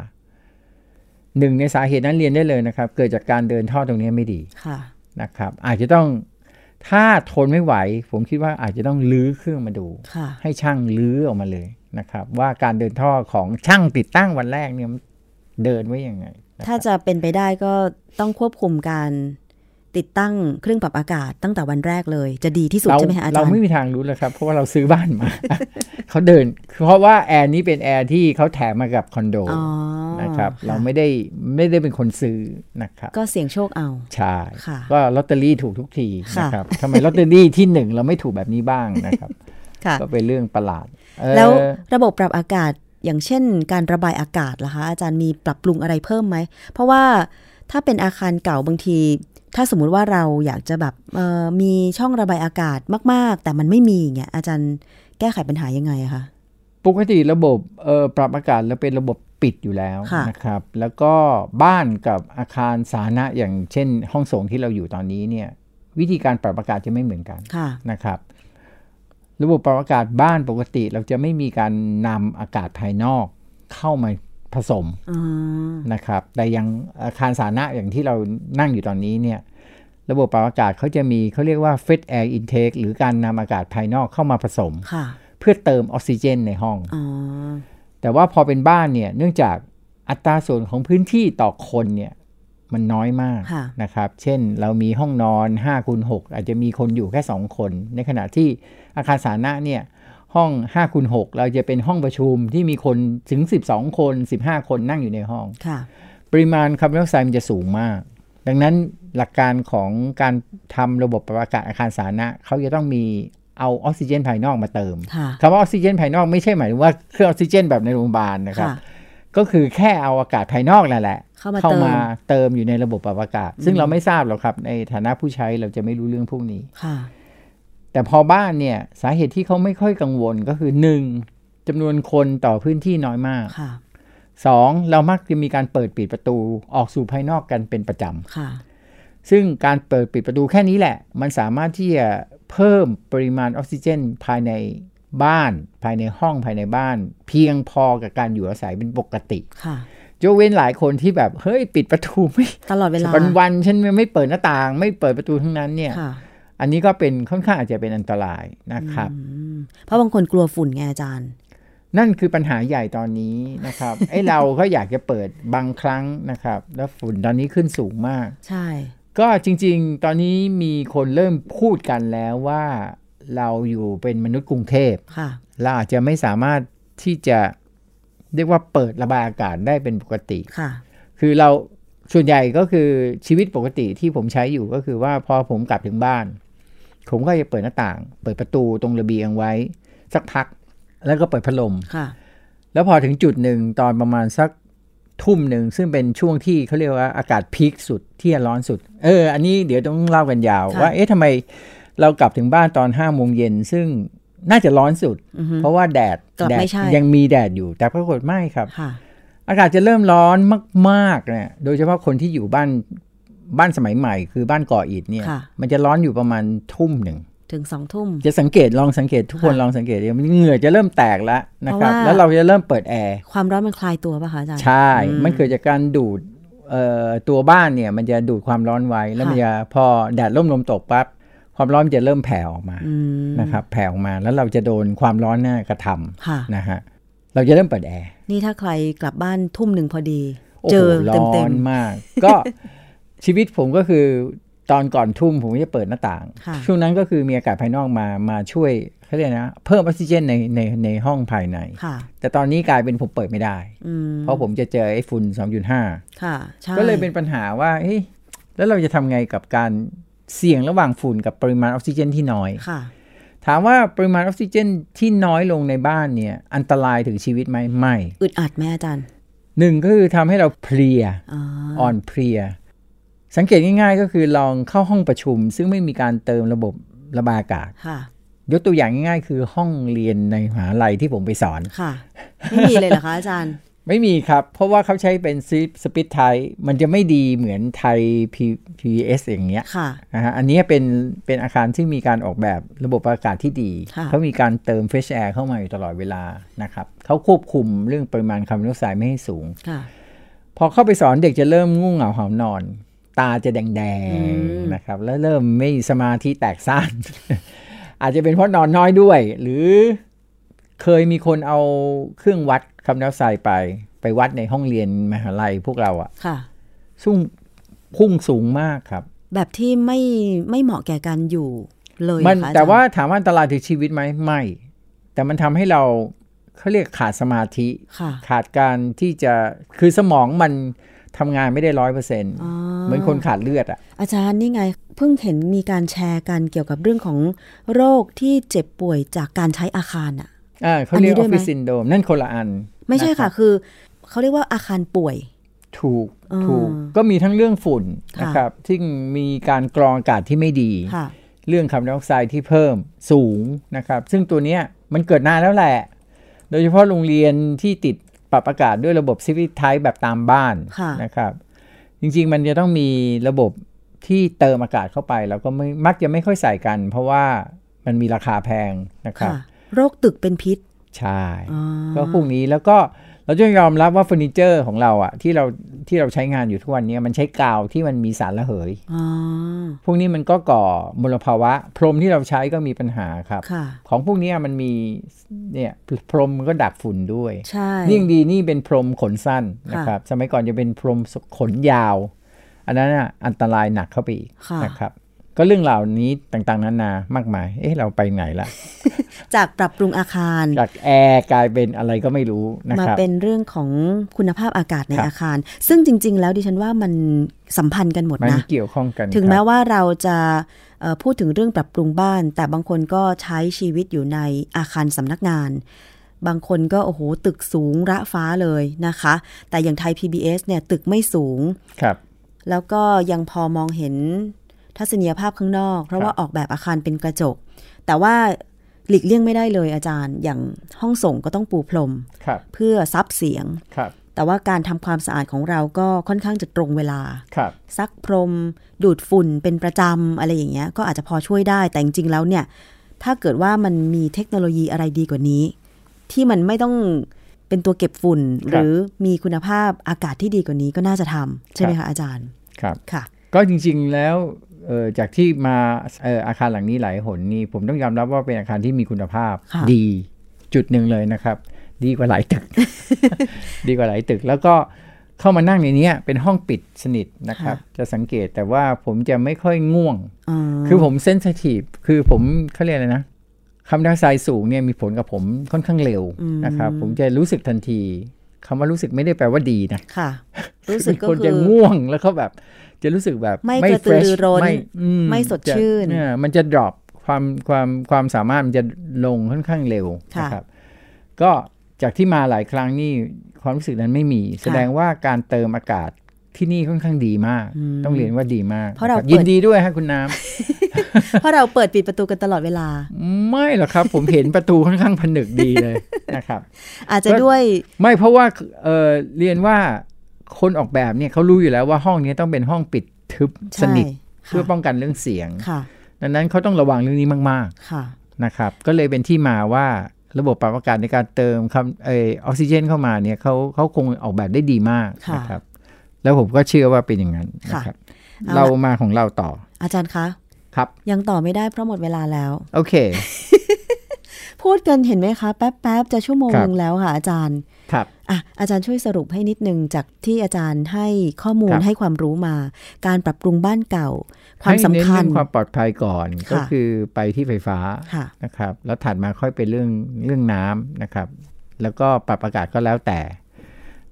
หนึ่งในสาเหตุนั้นเรียนได้เลยนะครับ เกิดจากการเดินท่อตรงนี้ไม่ดี ค่ะ นะครับ อาจจะต้องถ้าทนไม่ไหว ผมคิดว่าอาจจะต้องลื้อเครื่องมาดู ค่ะ ให้ช่างลื้อออกมาเลยนะครับ ว่าการเดินท่อของช่างติดตั้งวันแรกเนี่ยมันเดินไว้ยังไงนะครับ ถ้าจะเป็นไปได้ก็ต้องควบคุมการติดตั้งเครื่องปรับอากาศตั้งแต่วันแรกเลย จะดีที่สุด เรา ใช่ไหมคะอาจาร เรา ย์ ไม่มีทางรู้เลยครับ เพราะว่าเราซื้อบ้านมา <laughs> เขาเดิน เพราะว่าแอร์นี้เป็นแอร์ที่เขาแถมมากับคอนโด อ๋อ นะครับ ะ เราไม่ได้ไม่ได้เป็นคนซื้อนะครับ ก็เสี่ยงโชคเอา ใช่ ค่ะ ก็ลอตเตอรี่ถูกทุกที ค่ะ นะครับทำไมลอตเตอรี่ที่หนึ่งเราไม่ถูกแบบนี้บ้างนะครับ ค่ะ ก็เป็นเรื่องประหลาดเอ่อ แล้วระบบปรับอากาศอย่างเช่น การระบายอากาศล่ะคะ อาจารย์มีปรับปรุงอะไรเพิ่มไหม เพราะว่าถ้าเป็นอาคารเก่าบางที ถ้าสมมุติว่าเราอยากจะแบบเอ่อมีช่องระบายอากาศมาก ๆ แต่มันไม่มีอย่างเงี้ยอาจารย์แก้ไขปัญหายังไงอะคะ ปกติระบบเอ่อปรับอากาศเราเป็นระบบปิดอยู่แล้ว ค่ะ นะครับ แล้วก็บ้านกับอาคารสาธารณะอย่างเช่น ห้องโถงที่เราอยู่ตอนนี้เนี่ยวิธีการปรับอากาศจะไม่เหมือนกัน ค่ะ นะครับระบบปรับอากาศบ้านปกติเราจะไม่มีการนำอากาศภายนอกเข้ามาผสม อ๋อ นะครับ แต่อยังอาคารสาธารณะอย่างที่เรานั่งอยู่ตอนนี้เนี่ยระบบปรับอากาศเขาจะมีเขาเรียกว่า f e d air intake หรือการนำอากาศภายนอกเข้ามาผสม ค่ะ เพื่อเติมออกซิเจนในห้อง อ๋อ แต่ว่าพอเป็นบ้านเนี่ยเนื่องจากอัตราส่วนของพื้นที่ต่อคนเนี่ยมันน้อยมาก ค่ะ นะครับ เช่นเรามีห้องนอน5คูณ6อาจจะมีคนอยู่แค่ 2 คน ในขณะที่อาคารสาธารณะเนี่ยห้อง5คูณ6เราจะเป็นห้องประชุมที่มีคนถึง 12 คน 15 คนนั่งอยู่ในห้อง ค่ะ ปริมาณคาร์บอนไดออกไซด์มันจะสูงมาก ดังนั้นหลักการของการทำระบบปรับอากาศอาคารสาธารณะเขาจะต้องมีเอาออกซิเจนภายนอกมาเติม ค่ะ คำว่าออกซิเจนภายนอกไม่ใช่หมายถึงว่าเครื่องออกซิเจนแบบในโรงพยาบาลนะครับ ค่ะ ก็คือแค่เอาอากาศภายนอกนั่นแหละ เข้ามา เติมอยู่ในระบบปรับอากาศ ซึ่งเราไม่ทราบหรอกครับ ในฐานะผู้ใช้เราจะไม่รู้เรื่องพวกนี้ ค่ะ แต่พอบ้านเนี่ยสาเหตุที่เขาไม่ค่อยกังวลก็คือ 1จำนวนคนต่อพื้นที่น้อยมาก ค่ะ 2. เรามักจะมีการเปิดปิดประตูออกสู่ภายนอกกันเป็นประจำ ค่ะ ซึ่งการเปิดปิดประตูแค่นี้แหละ มันสามารถที่จะเพิ่มปริมาณออกซิเจน ภายในบ้าน ภายในห้องภายในบ้าน เพียงพอกับการอยู่อาศัยเป็นปกติ ค่ะ จ ยกเว้นหลายคนที่แบบเฮ้ยปิดประตูไม่ ตลอดเวลา วันวันๆฉันไม่เปิดหน้าต่าง ไม่เปิดประตูทั้งนั้นเนี่ย ค่ะ อันนี้ก็เป็นค่อนข้างอาจจะเป็นอันตรายนะครับ อืมเพราะบางคนกลัวฝุ่นไงอาจารย์ นั่นคือปัญหาใหญ่ตอนนี้นะครับ ไอ้เราก็อยากจะเปิดบางครั้งนะครับ แล้วฝุ่นตอนนี้ขึ้นสูงมาก ใช่ ก็จริงๆ ตอนนี้มีคนเริ่มพูดกันแล้วว่าเราอยู่เป็นมนุษย์กรุงเทพ ค่ะ เราอาจจะไม่สามารถที่จะเรียกว่าเปิดระบายอากาศได้เป็นปกติ ค่ะ คือเราส่วนใหญ่ก็คือชีวิตปกติที่ผมใช้อยู่ก็คือว่าพอผมกลับถึงบ้าน ผมก็จะเปิดหน้าต่าง เปิดประตูตรงระเบียงไว้ สักพัก แล้วก็เปิดพัดลม ค่ะ แล้วพอถึงจุดหนึ่งตอนประมาณสักทุ่มหนึ่งซึ่งเป็นช่วงที่เขาเรียกว่าอากาศพีคสุดที่จะร้อนสุด เออ อันนี้เดี๋ยวต้องเล่ากันยาว ค่ะ ว่าเอ๊ะทำไมเรากลับถึงบ้านตอนห้าโมงเย็นซึ่งน่าจะร้อนสุด เพราะว่าแดด กลับ แดด ไม่ใช่ ยังมีแดดอยู่ แต่ปรากฏไม่ครับ ค่ะ อากาศจะเริ่มร้อนมากๆเนี่ยโดยเฉพาะคนที่อยู่บ้านบ้านสมัยใหม่ คือบ้านก่ออิฐเนี่ย ค่ะ มันจะร้อนอยู่ประมาณทุ่มหนึ่ง ถึงสองทุ่ม จะสังเกตลองสังเกตทุกคน ค่ะ ลองสังเกตเดี๋ยวเหงื่อจะเริ่มแตกแล้วนะครับ เพราะว่า แล้วเราจะเริ่มเปิดแอร์ ความร้อนมันคลายตัวป่ะคะอาจารย์ ใช่ มันเกิดจากการดูดเอ่อตัวบ้านเนี่ย มันจะดูดความร้อนไว้ แล้ว ค่ะ มันจะพอแดดร่มลมตกปั๊บ ความร้อนมันจะเริ่มแผ่ออกมา อืม นะครับ แผ่ออกมา แล้วเราจะโดนความร้อนน่ากระท ค่ะ ำนะฮะ เราจะเริ่มเปิดแอร์ นี่ถ้าใครกลับบ้านทุ่มหนึ่งพอดี โอ้ เจ โห อ ร้ เต็ม อ เต็ม นมาก ก็ <laughs> ชีวิตผมก็คือตอนก่อนทุ่มผมก็จะเปิดหน้าต่าง ๆค่ะ ช่วงนั้นก็คือมีอากาศภายนอกมา มาช่วยเขาเรียกนะ เพิ่มออกซิเจนในในในห้องภายใน ค่ะ แต่ตอนนี้กลายเป็นผมเปิดไม่ได้ อืม เพราะผมจะเจอไอ้ฝุ่น2.5 ค่ะ ใช่ ก็เลยเป็นปัญหาว่าเฮ้ยแล้วเราจะทำไงกับการเสี่ยงระหว่างฝุ่นกับปริมาณออกซิเจนที่น้อย ค่ะ ถามว่าปริมาณออกซิเจนที่น้อยลงในบ้านเนี่ย อันตรายถึงชีวิตไหมไม่ อึดอัดไหมอาจารย์ หนึ่งก็คือทำให้เราเพลีย อ๋อ อ่อนเพลีย สังเกตง่ายๆ ก็คือลองเข้าห้องประชุม ซึ่งไม่มีการเติมระบบระบายอากาศ ค่ะ ยกตัวอย่างง่ายๆ คือห้องเรียนในมหาลัยที่ผมไปสอน ค่ะ ไม่มีเลยเหรอคะอาจารย์ ไม่มีครับ เพราะว่าเขาใช้เป็นซีสปิทไทยมันจะไม่ดีเหมือนไทย PVS อย่างเงี้ย ค่ะ นะฮะอันนี้เป็นเป็นอาคารที่มีการออกแบบระบบอากาศที่ดี ค่ะ เขามีการเติมเฟ s แอร์เข้ามาอยู่ตลอดเวลานะครับเขาควบคุมเรื่องปริมาณคาร์บอนไดออกไซด์ไม่ให้สูง ค่ะ พอเข้าไปสอนเด็กจะเริ่มง่วงเหงาหานอน ตาจะแด อื ง ม ๆนะครับ แล้วเริ่มไม่สมาธิแตกสั้น <laughs> อาจจะเป็นเพราะนอนน้อยด้วย หรือเคยมีคนเอาเครื่องวัดคาร์บอนไดออกไซด์ไป ไปวัดในห้องเรียนมหาลัยพวกเราอะ ค่ะ ซึ่งพุ่งสูงมากครับ แบบที่ไม่ไม่เหมาะแก่การอยู่เลย มัน เหรอคะอจรย์ แต่ว่าถามว่าอันตรายถึงชีวิตไหมไม่ แต่มันทำให้เราเขาเรียกขาดสมาธิ ค่ะ ขาดการที่จะคือสมองมันทำงานไม่ได้ร้อยเปอร์เซ็นต์ อ๋อ เหมือนคนขาดเลือดอ่ะ อาจารย์นี่ไงเพิ่งเห็นมีการแชร์กันเกี่ยวกับเรื่องของโรคที่เจ็บป่วยจากการใช้อาคารอ่ะ อ่าเขาเรียก อันี้อนด้ อ วย ฟ ไหม ฟิศซินโดมนั่นคนละอัน ไม่ใช่ น ค่ะ รับ คือเขาเรียกว่าอาคารป่วย ถูก อ่า ถูกก็มีทั้งเรื่องฝุ่น ค่ะ นะครับซึ่งมีการกรองอากาศที่ไม่ดี ค่ะ เรื่องคาร์บอนไดออกไซด์ที่เพิ่มสูงนะครับ ซึ่งตัวเนี้ยมันเกิดนานแล้วแหละ โดยเฉพาะโรงเรียนที่ติดปรับอากาศด้วยระบบซิฟิไทป์แบบตามบ้าน ค่ะ นะครับ จริงๆมันจะต้องมีระบบที่เติมอากาศเข้าไป แล้วก็ไม่มักจะไม่ค่อยใส่กัน เพราะว่ามันมีราคาแพงนะครับ ค่ะ โรคตึกเป็นพิษ ใช่ อ๋อ ก็พวกนี้แล้วก็เราจะยอมรับว่าเฟอร์นิเจอร์ของเราอะที่เราที่เราใช้งานอยู่ทุกวันเนี้ยมันใช้กาวที่มันมีสารระเหย อ๋อ พวกนี้มันก็ก่อมลภาวะ พรมที่เราใช้ก็มีปัญหาครับ ค่ะ ของพวกเนี้ยมันมีเนี่ยพรมมันก็ดักฝุ่นด้วย ใช่ นี่ยังดีนี่เป็นพรมขนสั้นนะครับ สมัยก่อนจะเป็นพรมขนยาว อันนั้นน่ะอันตรายหนักเข้าไปอีก ค่ะ นะครับ ก็เรื่องเหล่านี้ต่างๆนานามากมาย เอ๊ะเราไปไหนละ จากปรับปรุงอาคาร จากแอร์กลายเป็นอะไรก็ไม่รู้นะ มา ครับ เป็นเรื่องของคุณภาพอากาศใน ครับ อาคาร ซึ่งจริง ๆ แล้วดิฉันว่ามันสัมพันธ์กันหมด มัน นะ เกี่ยวข้องกัน ถึง ครับ แม้ว่าเราจะเอ่อพูดถึงเรื่องปรับปรุงบ้าน แต่บางคนก็ใช้ชีวิตอยู่ในอาคารสำนักงาน บางคนก็โอ้โหตึกสูงระฟ้าเลยนะคะ แต่อย่างไทย PBS เนี่ยตึกไม่สูง ครับ แล้วก็ยังพอมองเห็นทัศนียภาพข้างนอก เพราะว่าออกแบบอาคารเป็นกระจก แต่ว่าหลีกเลี่ยงไม่ได้เลยอาจารย์ อย่างห้องส่งก็ต้องปูพรม ครับ เพื่อซับเสียง ครับ แต่ว่าการทำความสะอาดของเราก็ค่อนข้างจะตรงเวลา ครับ ซักพรม ดูดฝุ่นเป็นประจำอะไรอย่างเงี้ย ก็อาจจะพอช่วยได้ แต่จริงๆแล้วเนี่ย ถ้าเกิดว่ามันมีเทคโนโลยีอะไรดีกว่านี้ ที่มันไม่ต้อง เป็นตัวเก็บฝุ่น ครับ หรือมีคุณภาพอากาศที่ดีกว่านี้ก็น่าจะทำใช่ไหม ครั คะ บ อาจารย์ ครับ ค่ะ ก็จริงๆแล้วเอ่อจากที่มาเอ่ออาคารหลังนี้หลายหนนี่ผมต้องยอมรับว่าเป็นอาคารที่มีคุณภาพ ค่ะ ดีจุดหนึ่งเลยนะครับ ดีกว่าหลาย <laughs> ตึก ดีกว่าหลายตึก แล้วก็เข้ามานั่งในเนี้ยเป็นห้องปิดสนิทนะครับ จะสังเกตแต่ว่าผมจะไม่ค่อยง่วง อ่า คือผมเซนซิทีฟคือผมเขาเรียกอะไรนะคาร์บอนไดออกไซด์สูงเนี่ยมีผลกับผมค่อนข้างเร็วนะครับ ผมจะรู้สึกทันทีคำว่ารู้สึกไม่ได้แปลว่าดีนะ ค่ะ รู้สึกก็ คน คื จะ อ ง่วงแล้วก็แบบจะรู้สึกแบบ ไม่กระตือรือร้น ไม่อื ไม่สดชื่น จะเยมันจะ drop ความความความสามารถมันจะลงค่อนข้างเร็ว ค่ะ นะครับ ก็จากที่มาหลายครั้งนี่ความรู้สึกนั้นไม่มี แสดงว่าการเติมอากาศที่นี่ค่อนข้างดีมาก อืม ต้องเรียนว่าดีมาก เพราะเรา คบ เปิด ยินดีด้วยฮะคุณน้ำ เพราะเราเปิดปิดประตูกันตลอดเวลา ไม่หรอกครับ ผมเห็นประตูค่อนข้างผนึกดีเลย <laughs> นะครับ อาจจะด้วย ไม่เพราะว่าเอ่อเรียนว่าคนออกแบบเนี่ยเขารู้อยู่แล้วว่าห้องเนี้ต้องเป็นห้องปิดทึบส ใช่ นิท ค่ะ เพื่อป้องกันเรื่องเสียง ค่ะ ดังนั้นเขาต้องระวังเรื่องนี้มาก ค่ะ ๆ นะครับ ก็เลยเป็นที่มาว่าระบบปรับอากาศในการเติมคำเออออกซิเจนเข้ามาเนี่ยเขาเขาคงออกแบบได้ดีมาก ค่ะ นะครับ แล้วผมก็เชื่อว่าเป็นอย่างนั้นนะครับ เอาละ เรามาของเราต่อ อาจารย์คะ ครับ ยังต่อไม่ได้เพราะหมดเวลาแล้ว โอเค พูดกันเห็นไหมคะ แป๊บๆจะชั่วโมง ครับ หนึ่งแล้วค่ะอาจารย์ ครับ อ่ะอาจารย์ช่วยสรุปให้นิดนึงจากที่อาจารย์ให้ข้อมูล ครับ ให้ความรู้มา การปรับปรุงบ้านเก่า ความ ให้ สำ เน้น คัญ เรื่องความปลอดภัยก่อน ค่ะ ก็คือไปที่ไฟฟ้า ค่ะ นะครับ แล้วถัดมาค่อยเป็นเรื่องเรื่องน้ำนะครับ แล้วก็ปรับอากาศก็แล้วแต่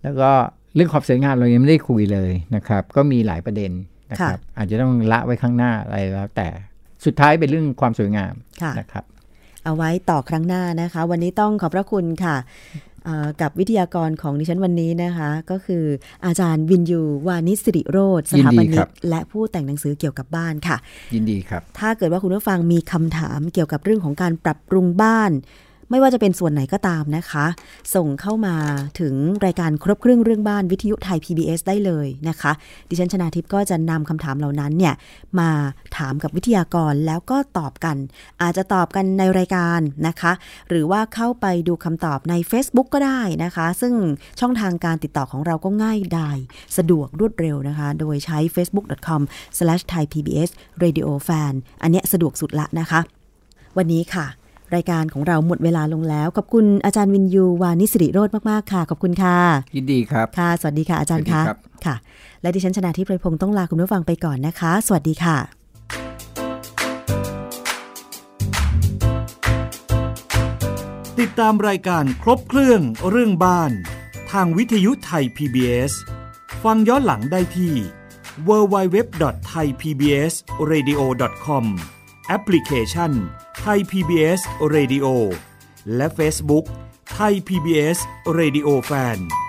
แล้วก็เรื่องขอบสวยงามเรายังไม่ได้คุยเลยนะครับ ก็มีหลายประเด็นนะครับ อาจจะต้องละไว้ข้างหน้าอะไรแล้วแต่สุดท้ายเป็นเรื่องความสวยงาม ค่ะ นะครับ เอาไว้ต่อครั้งหน้านะคะ วันนี้ต้องขอบพระคุณค่ะเอ่อกับวิทยากรของดิฉันวันนี้นะคะ ก็คืออาจารย์วินยูวานิศสิริโรธสถาป ยินดี นิ ครั ก บ และผู้แต่งหนังสือเกี่ยวกับบ้านค่ะ ยินดีครับ ถ้าเกิดว่าคุณผู้ฟังมีคำถามเกี่ยวกับเรื่องของการปรับปรุงบ้าน ไม่ว่าจะเป็นส่วนไหนก็ตามนะคะ ส่งเข้ามาถึงรายการครบเครื่องเรื่องบ้านวิทยุไทย PBS ได้เลยนะคะ ดิฉันชนาทิพย์ก็จะนำคำถามเหล่านั้นเนี่ยมาถามกับวิทยากรแล้วก็ตอบกัน อาจจะตอบกันในรายการนะคะ หรือว่าเข้าไปดูคำตอบใน Facebook ก็ได้นะคะ ซึ่งช่องทางการติดต่อของเราก็ง่ายดายสะดวกรวดเร็วนะคะ โดยใช้ facebook.com/thaipbsradiofan อันเนี้ยสะดวกสุดละนะคะ วันนี้ค่ะ รายการของเราหมดเวลาลงแล้ว ขอบคุณอาจารย์วินยูวานิสิริโรธมากๆค่ะ ขอบคุณค่ะ ยินดีครับ ค่ะ สวัสดีค่ะอาจารย์ สวั ค่ะ สดีครับ ค่ะ และดิฉันชนะทิพไพรพงศ์ต้องลาคุณผู้ฟังไปก่อนนะคะ สวัสดีค่ะ ติดตามรายการครบเครื่องเรื่องบ้าน ทางวิทยุไทย PBS ฟังย้อนหลังได้ที่ www.thaipbsradio.com แอปพลิเคชัน Thai PBS Radio และ Facebook Thai PBS Radio Fan